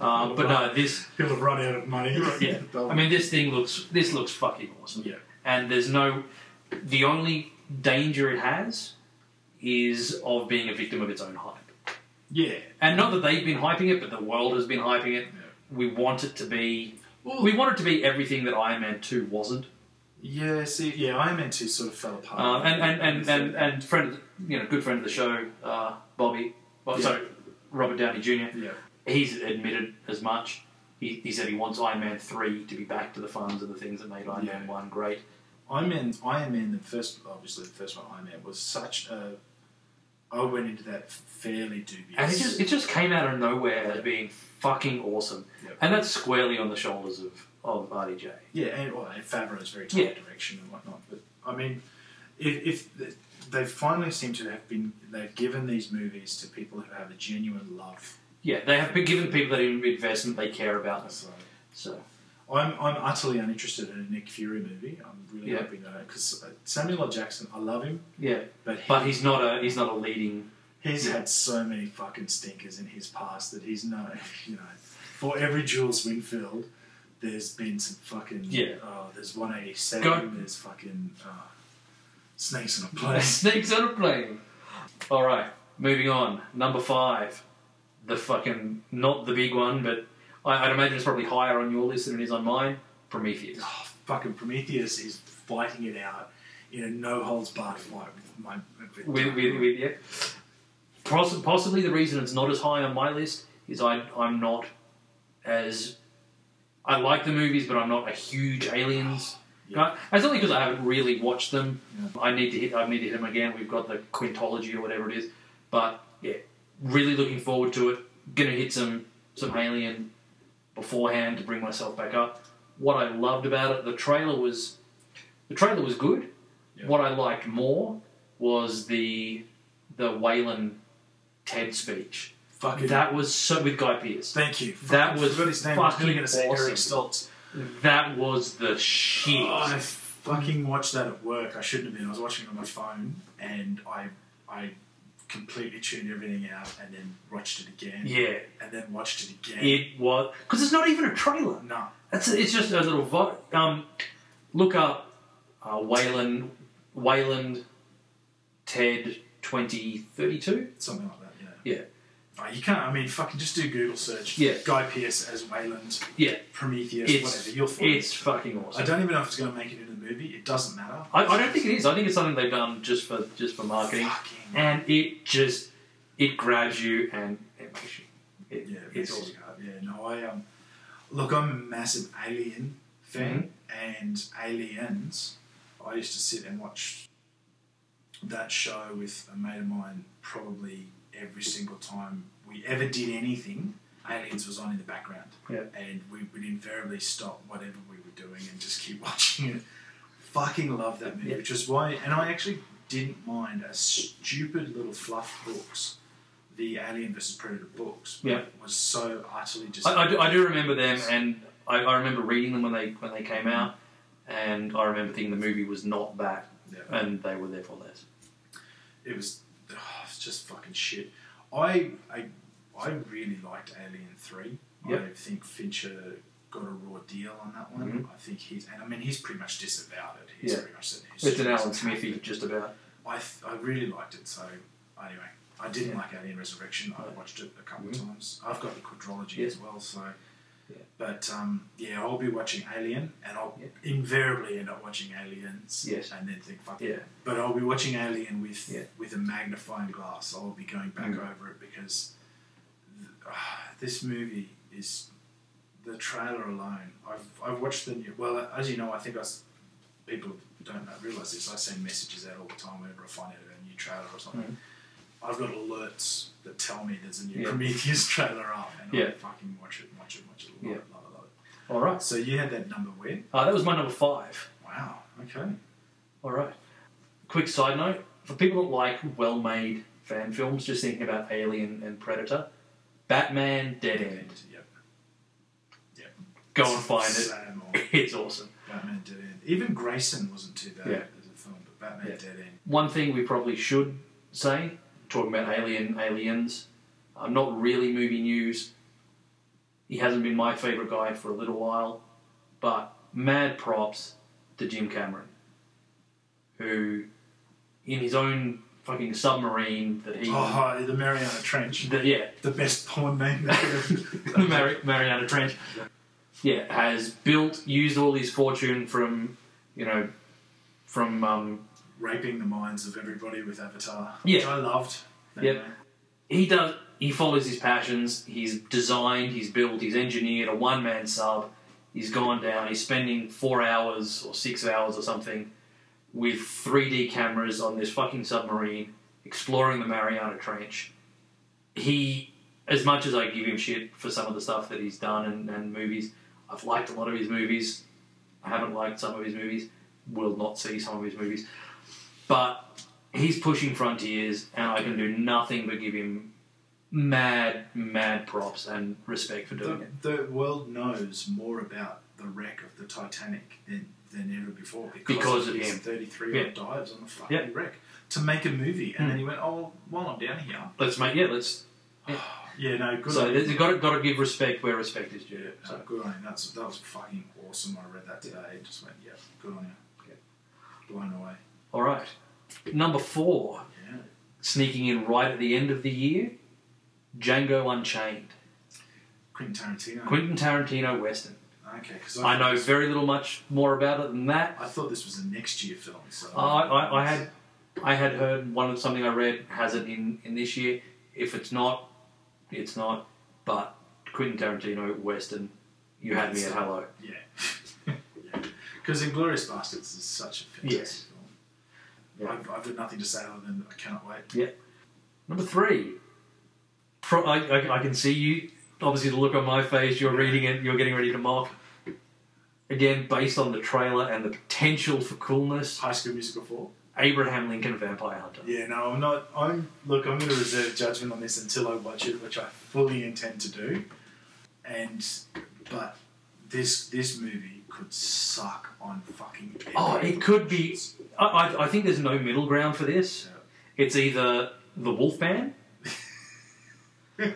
A: Um, but no, this.
B: He'll have run out of money.
A: Yeah. I mean, this thing looks. This looks fucking awesome.
B: Yeah.
A: And there's no. The only danger it has is of being a victim of its own hype.
B: yeah.
A: And not that they've been hyping it, but the world has been hyping it.
B: Yeah.
A: We want it to be.
B: Well,
A: We want it to be everything that Iron Man Two wasn't.
B: yeah. See, yeah, I meant to sort of fell apart.
A: Um, and, and, and, and, and friend, of the- you know, good friend of the show, uh, Bobby. Well,
B: Yeah.
A: Sorry, Robert Downey Jr.
B: Yeah.
A: He's admitted as much. He, he said he wants Iron Man three to be back to the funds of the things that made Iron
B: Yeah.
A: Man one great.
B: Iron Man, Iron Man, the first, obviously the first one, Iron Man was such a. I went into that fairly dubious.
A: And it just it just came out of nowhere as being fucking awesome.
B: Yep.
A: And that's squarely on the shoulders of, of RDJ.
B: yeah, and, well, and Favreau's very tight
A: Yeah.
B: direction and whatnot. But I mean, if, if they finally seem to have been, they've given these movies to people who have a genuine love.
A: Yeah, they have been given people that investment they care about. Them.
B: So
A: So
B: uh, I'm, I'm utterly uninterested in a Nick Fury movie. I'm really
A: Yeah.
B: hoping that because Samuel L. Jackson, I love him,
A: yeah,
B: but he,
A: but he's not a he's not a leading.
B: He's
A: Yeah.
B: had so many fucking stinkers in his past that he's no, you know, for every Jules Winfield, there's been some fucking
A: Yeah.
B: Oh, there's 187.
A: Go-
B: There's fucking uh, snakes on a plane.
A: Snakes on a plane. All right, moving on. Number five, the fucking not the big one, but I, I'd imagine it's probably higher on your list than it is on mine. Prometheus.
B: oh, fucking Prometheus is fighting it out in a no holds barred fight with my. With,
A: with, with, with yeah. Poss- possibly the reason it's not as high on my list is I I'm not as I like the movies, but I'm not a huge Aliens.
B: Yeah.
A: guy. It's only because I haven't really watched them.
B: Yeah.
A: I need to hit I need to hit them again. We've got the quintology or whatever it is, but yeah, really looking forward to it. Gonna hit some some Alien beforehand to bring myself back up. What I loved about it, the trailer was the trailer was good.
B: Yeah.
A: What I liked more was the the Waylon TED speech.
B: fucking.
A: That was so with Guy Pearce.
B: Thank you.
A: that was
B: forgot his name. I was
A: fucking
B: going to say
A: awesome.
B: Eric Stoltz.
A: That was the shit.
B: Oh, I fucking watched that at work. I shouldn't have been. I was watching it on my phone, and I I completely tuned everything out, and then watched it again,
A: yeah,
B: and then watched it again.
A: it was because it's not even a trailer.
B: No,
A: It's it's just a little vo- um. Look up uh, Wayland Wayland TED twenty thirty two.
B: something like that. Yeah.
A: Yeah,
B: No, you can't. I mean, fucking just do Google search.
A: Yeah.
B: Guy Pearce as Wayland,
A: yeah.
B: Prometheus,
A: It's
B: whatever. You'll find.
A: it's fucking awesome.
B: I don't even know if it's going to make it into the movie. It doesn't matter.
A: I, I don't think it is. I think it's something they've done just for just for marketing,
B: Fucking-
A: and it just it grabs you and it makes you. It,
B: Yeah,
A: it's
B: it's all
A: awesome.
B: Yeah, no, I um, look, I'm a massive Alien fan, and Aliens. I used to sit and watch that show with a mate of mine probably every single time we ever did anything. Aliens was on in the background,
A: Yeah.
B: and we would invariably stop whatever we were doing and just keep watching it. Fucking love that movie,
A: Yeah.
B: which is why, and I actually didn't mind a stupid little fluff books. The Alien versus Predator books
A: Yeah.
B: was so utterly just.
A: I, I, do, I do remember them, and I, I remember reading them when they when they came out, and I remember thinking the movie was not that,
B: Yeah.
A: and they were therefore less.
B: it was oh, it's just fucking shit. I I I really liked Alien Three. I
A: Yep.
B: think Fincher got a raw deal on that one. I think he's and I mean he's pretty much disavowed it. He's
A: Mm-hmm. Yeah.
B: pretty much said he's
A: It's an Alan
B: just-
A: Smithy, just about.
B: I th- I really liked it. So anyway, I didn't
A: Yeah.
B: like Alien Resurrection. I
A: Right.
B: watched it a couple
A: Mhm.
B: of times. I've got the quadrology
A: Yeah.
B: as well. So.
A: Yeah.
B: But um, yeah, I'll be watching Alien, and I'll
A: Yeah.
B: invariably end up watching Aliens,
A: Yes.
B: and then think, "Fuck
A: Yeah,
B: but I'll be watching Alien with
A: Yeah.
B: with a magnifying glass. I'll be going back
A: Mm.
B: over it because th- ah, this movie is the trailer alone. I've I've watched the new. Well, as you know, I think I s- people don't know, realize this. I send messages out all the time whenever I find out about a new trailer or something. I've got alerts that tell me there's a new
A: Mm. Yeah.
B: Prometheus trailer up, and I
A: Yeah.
B: fucking watch it, watch it, watch it. Love it, love it, love it.
A: all right.
B: So you had that number where?
A: Uh, that was my number five.
B: Wow. Okay.
A: All right. Quick side note for people that like well made fan films, just thinking about Alien and Predator, Batman Dead End.
B: Yep.
A: Go and find it.
B: Same old.
A: It's awesome.
B: Batman Dead End. Even Grayson wasn't too bad
A: Yeah.
B: as a film, but Batman
A: Yeah.
B: Dead End.
A: One thing we probably should say, talking about Alien Aliens, uh, not really movie news. He hasn't been my favourite guy for a little while, but mad props to Jim Cameron, who, in his own fucking submarine that he.
B: Oh, the Mariana Trench.
A: that- yeah,
B: The best porn name they could
A: the Mar- Mariana Trench. Yeah, has built, used all his fortune from, you know, from um,
B: Raping the minds of everybody with Avatar.
A: Yeah.
B: Which I loved.
A: Yep. he does he follows his passions. He's designed, he's built, he's engineered a one man sub. He's gone down. He's spending four hours or six hours or something with 3D cameras on this fucking submarine exploring the Mariana Trench. He, as much as I give him shit for some of the stuff that he's done and, and movies, I've liked a lot of his movies. I haven't liked some of his movies. Will not see some of his movies. But he's pushing frontiers, and I can do nothing but give him mad, mad props and respect for doing
B: The,
A: it.
B: the world knows more about the wreck of the Titanic than, than ever before because,
A: Because of
B: his
A: him.
B: 33 odd dives on the fucking
A: Yeah.
B: wreck to make a movie. And
A: Hmm.
B: then he went, oh, while I'm down here.
A: Let's make yeah. Let's
B: Yeah, no, good
A: so
B: on
A: you got to got to give respect where respect is
B: Yeah,
A: due.
B: no, good on you. That's, that was fucking awesome. I read that today. Just went, yeah, good on you.
A: Okay.
B: Blown away.
A: All right, number four.
B: Yeah.
A: sneaking in right at the end of the year, Django Unchained,
B: Quentin Tarantino.
A: Quentin Tarantino western.
B: okay, because
A: I know very little much more about it than that.
B: I thought this was a next year film. So
A: I, I, I had I had heard one of something I read has it in, in this year. If it's not, it's not. But Quentin Tarantino western, you had me at hello.
B: Yeah. Because Inglorious Bastards is such a fantastic
A: Yes.
B: film.
A: Yeah.
B: I've, I've got nothing to say other than I cannot wait.
A: Number three, Pro, I, I, I can see you. Obviously, the look on my face, you're reading it, you're getting ready to mock. Again, based on the trailer and the potential for coolness,
B: High School Musical 4?
A: Abraham Lincoln Vampire Hunter.
B: Yeah, no, I'm not. I'm Look, I'm going to reserve judgment on this until I watch it, which I fully intend to do. And, but this this movie could suck on fucking.
A: Oh, it could be. I, I, I think there's no middle ground for this. It's either the Wolfman
B: yeah.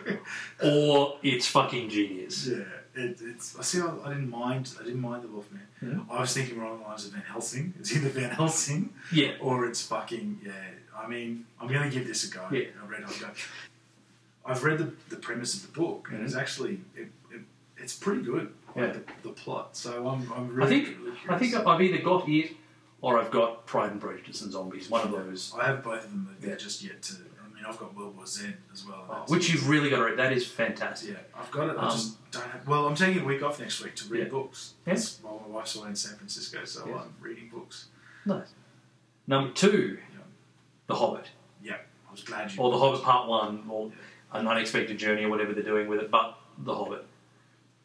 A: or it's fucking genius.
B: Yeah, it, it's. I see. I, I didn't mind. I didn't mind the Wolfman.
A: Yeah.
B: I was thinking wrong lines of Van Helsing. It's either Van Helsing
A: Yeah,
B: or it's fucking yeah. I mean, I'm gonna give this a go.
A: Yeah.
B: I read. I'll go. I've read the, the premise of the book, and it's actually it, it, it's pretty good.
A: Mm-hmm. Yeah.
B: Like the, the plot. So I'm I'm
A: I
B: really.
A: think
B: really
A: I think
B: curious.
A: I've either got it or I've got Pride and Prejudice and Zombies. One of those,
B: I have both of them. but They're
A: Yeah.
B: just yet to. I mean, I've got World War Z as well. and
A: Oh,
B: that's-
A: which you've really got to read. That is fantastic.
B: Yeah, I've got it. I
A: Um,
B: just don't have. Well, I'm taking a week off next week to read
A: Yeah.
B: books.
A: Yeah.
B: That's why my wife's away in San Francisco, so
A: Yeah.
B: I'm reading books.
A: Nice. Number two,
B: Yeah.
A: The Hobbit,
B: I was glad you.
A: or The Hobbit Part One, or An Unexpected Journey, or whatever they're doing with it. But The Hobbit.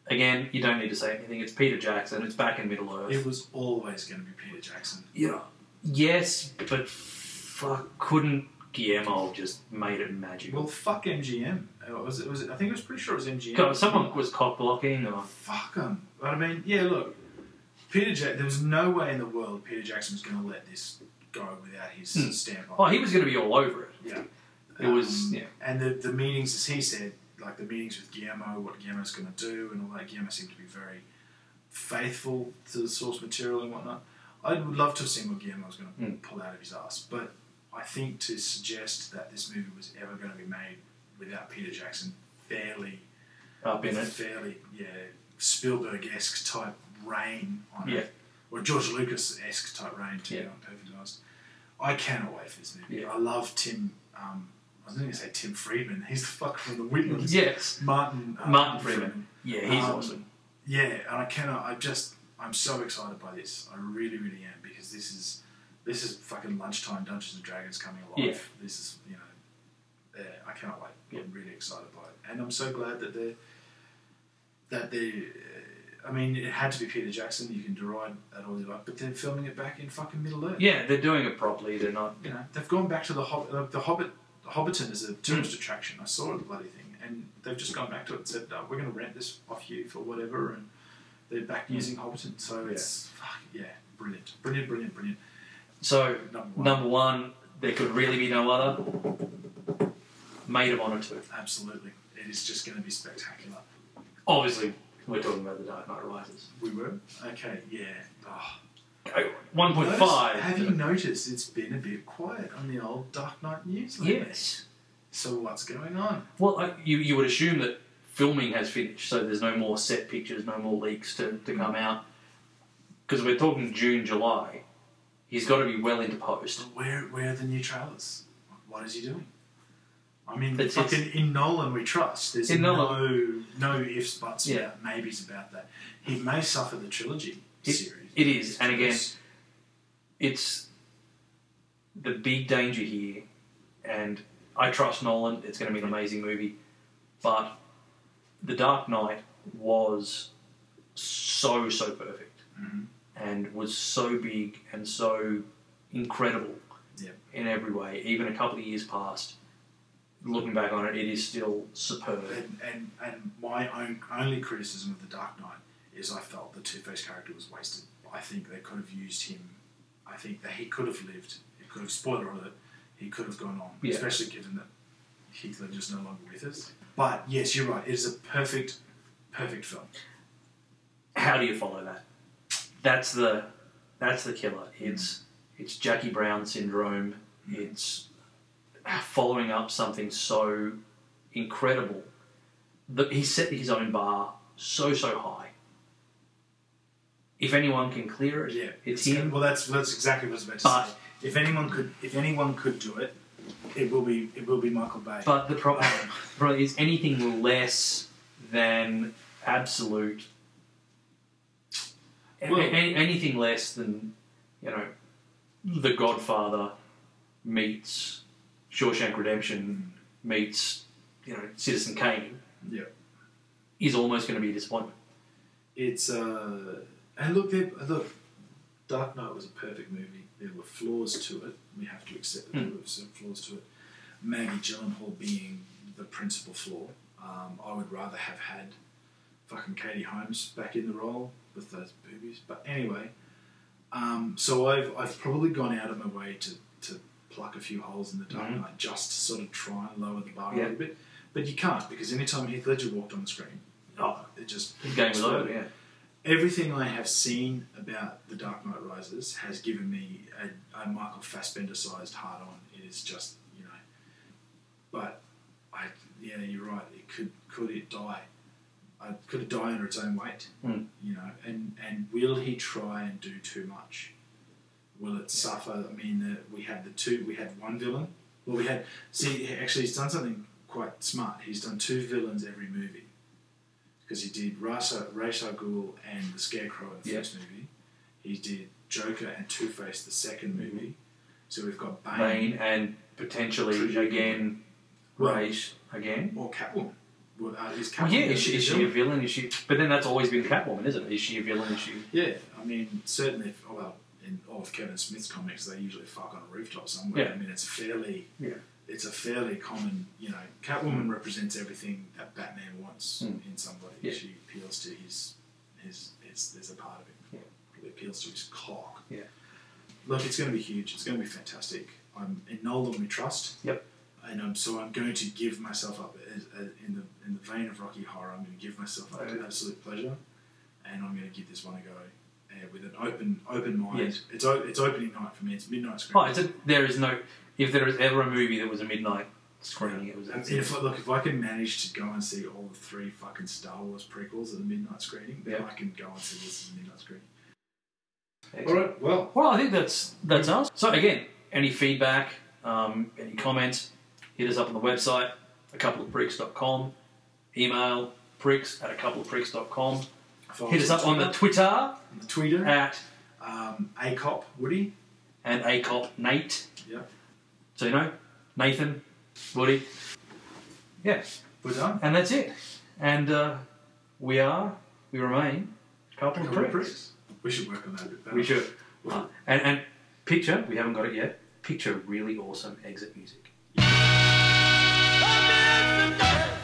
A: Again, you don't need to say anything. It's Peter Jackson. It's back in Middle Earth.
B: It was always going to be Peter Jackson.
A: you know, yes, but fuck, couldn't Guillermo have just made it magic?
B: Well, fuck MGM. It Uh, was, it was, I think it was pretty sure it was MGM.
A: God, someone was cock blocking, or
B: Fuck them. I mean, yeah, look. Peter Jack. There was no way in the world Peter Jackson was going to let this go without his
A: Hmm.
B: stamp
A: oh,
B: on
A: he was going to be all over it. It was
B: Um,
A: yeah,
B: And the, the meetings, as he said, like the meetings with Guillermo, what Guillermo's going to do, and all that, Guillermo seemed to be very faithful to the source material and whatnot. I would love to have seen what Guillermo was going to
A: Mm.
B: pull out of his ass, but I think to suggest that this movie was ever going to be made without Peter Jackson fairly,
A: up in it.
B: fairly, yeah, Spielberg esque type reign on
A: Yeah.
B: it, or George Lucas esque type reign, to
A: Yeah.
B: be perfectly honest. I cannot wait for this movie.
A: Yeah.
B: I love Tim. Um, I was going to say Tim Friedman. He's the fuck from the Whitmans.
A: Yes,
B: Martin. um,
A: Martin Freeman. Yeah, he's
B: Um,
A: awesome.
B: Yeah, and I cannot. I just. I'm so excited by this. I really, really am because this is, this is fucking lunchtime Dungeons and Dragons coming alive.
A: Yeah.
B: This is you know, yeah, I cannot wait.
A: Yeah.
B: I'm really excited by it, and I'm so glad that they, that they. uh, I mean, it had to be Peter Jackson. You can deride at all you like, but they're filming it back in fucking Middle Earth
A: Yeah, they're doing it properly. They're not.
B: you know, they've gone back to the Hobbit. Like the Hobbit, the Hobbiton is a tourist attraction. I saw the bloody thing, and they've just gone back to it and said, no, "We're going to rent this off you for whatever," and they're back using Hobbiton. So it's fuck yeah, brilliant, brilliant, brilliant, brilliant.
A: So
B: Number one,
A: number one, there could really be no other. Maid of Honor two.
B: absolutely, it is just going to be spectacular.
A: Obviously, we're talking about the Dark Knight Rises.
B: We were okay, yeah. Oh.
A: One point
B: Notice-
A: five.
B: Have you noticed it's been a bit quiet on the old Dark Knight news? lately?
A: Yes.
B: So what's going on?
A: Well, I- you you would assume that filming has finished, so there's no more set pictures, no more leaks to, to come out. Because we're talking June, July, he's got to be well into post.
B: Where where are the new trailers? What is he doing? I mean,
A: It's-
B: fucking in Nolan we trust. There's
A: In
B: no no ifs, buts,
A: Yeah.
B: about, maybes about that. He may suffer the trilogy
A: It-
B: series.
A: it is, and again-
B: Because-
A: it's the big danger here, and I trust Nolan. It's going to be an amazing movie, but The Dark Knight was so so perfect,
B: Mhm.
A: and was so big and so incredible
B: Yep.
A: in every way. Even a couple of years past, looking back on it, it is still superb.
B: and, and and my own only criticism of the Dark Knight is I felt the Two Face character was wasted. I think they could have used him. I think that he could have lived. He could have spoiler alert. He could have gone on,
A: Yeah.
B: especially given that Heath Ledger's no longer with us. But yes, you're right. It is a perfect, perfect film.
A: How do you follow that? That's the that's the killer. It's it's Jackie Brown syndrome. It's following up something so incredible that he set his own bar so so high. If anyone can clear it,
B: Yeah,
A: it's him.
B: Well, that's that's exactly what I was about to
A: But-
B: say. If anyone could, if anyone could do it, it will be it will be Michael Bay.
A: But the problem,
B: Um,
A: problem is anything less than absolute. a-
B: Well-
A: a- anything less than you know, The Godfather meets Shawshank Redemption meets you know Citizen Kane
B: yeah,
A: is almost going to be a disappointment.
B: it's uh, and look, there, look, Dark Knight was a perfect movie. There were flaws to it. We have to accept that there were some flaws to it. Maggie Gyllenhaal being the principal flaw. Um, I would rather have had fucking Katie Holmes back in the role with those boobies. But anyway, um, so I've I've probably gone out of my way to to pluck a few holes in the Dark
A: Mhm.
B: Knight just to sort of try and lower the bar a
A: Yeah.
B: little bit. But you can't because anytime Heath Ledger walked on the screen, oh, it just
A: The game was over. Yeah,
B: everything I have seen about The Dark Knight Rises has given me a, a Michael Fassbender sized hard on. It is just, you know. But, I yeah, you're right. It could could it die? I, could it die under its own weight?
A: Mm.
B: You know, and, and will he try and do too much? Will it suffer? I mean, the, we had the two, we had one villain. Well, we had, see, actually, he's done something quite smart. He's done two villains every movie because he did Rasa, Ra's al Ghul and the Scarecrow in the
A: Yeah.
B: first movie. He did Joker and Two Face the second movie. So we've got Bane,
A: Bane and potentially
B: True.
A: again,
B: Well-
A: Rage again.
B: or Catwoman. Well, uh, is
A: Well,
B: Catwoman
A: yeah, is she,
B: the
A: is she a
B: villain?
A: villain? Is she? But then that's always been Catwoman, isn't it? Is she a villain? Is she?
B: Yeah, I mean, certainly, if- well, in all of Kevin Smith's comics, they usually fuck on a rooftop somewhere.
A: Yeah.
B: I mean, it's a fairly,
A: Yeah.
B: it's a fairly common, you know, Catwoman represents everything that Batman wants
A: Mm.
B: in somebody.
A: Yeah.
B: She appeals to his, his, his, there's a part of him.
A: Yeah.
B: It appeals to his cock.
A: Yeah.
B: Look, it's going to be huge. It's going to be fantastic. I'm in Nolan we trust.
A: Yep.
B: And um, so I'm going to give myself up as, as, in the in the vein of Rocky Horror. I'm going to give myself up to
A: Okay.
B: absolute pleasure, and I'm going to give this one a go uh, with an open open mind.
A: Yes.
B: It's o- it's opening night for me. It's midnight screen.
A: Oh, it's a, there is no. If there was ever a movie that was a midnight screening, it was.
B: And if look, if I can manage to go and see all the three fucking Star Wars prequels at the midnight screening, then
A: Yeah.
B: I can go and see this at the midnight screening. All
A: Excellent.
B: right. Well,
A: Well, I think that's that's us. So again, any feedback, um, any comments, hit us up on the website, a couple of pricks.com, email pricks at a couple of pricks.com.
B: follow
A: Hit us up on the Twitter
B: on the Twitter.
A: at
B: Um, a cop Woody.
A: and acop Nate.
B: Yeah.
A: So you know, Nathan, Woody. Yeah.
B: We're done.
A: And that's it. And uh, we are, we remain, a couple of
B: Couple of
A: pricks.
B: pricks. We should work on that a bit better.
A: We should. Uh, and, and picture, we haven't got it yet, picture really awesome exit music.
C: Amidst the death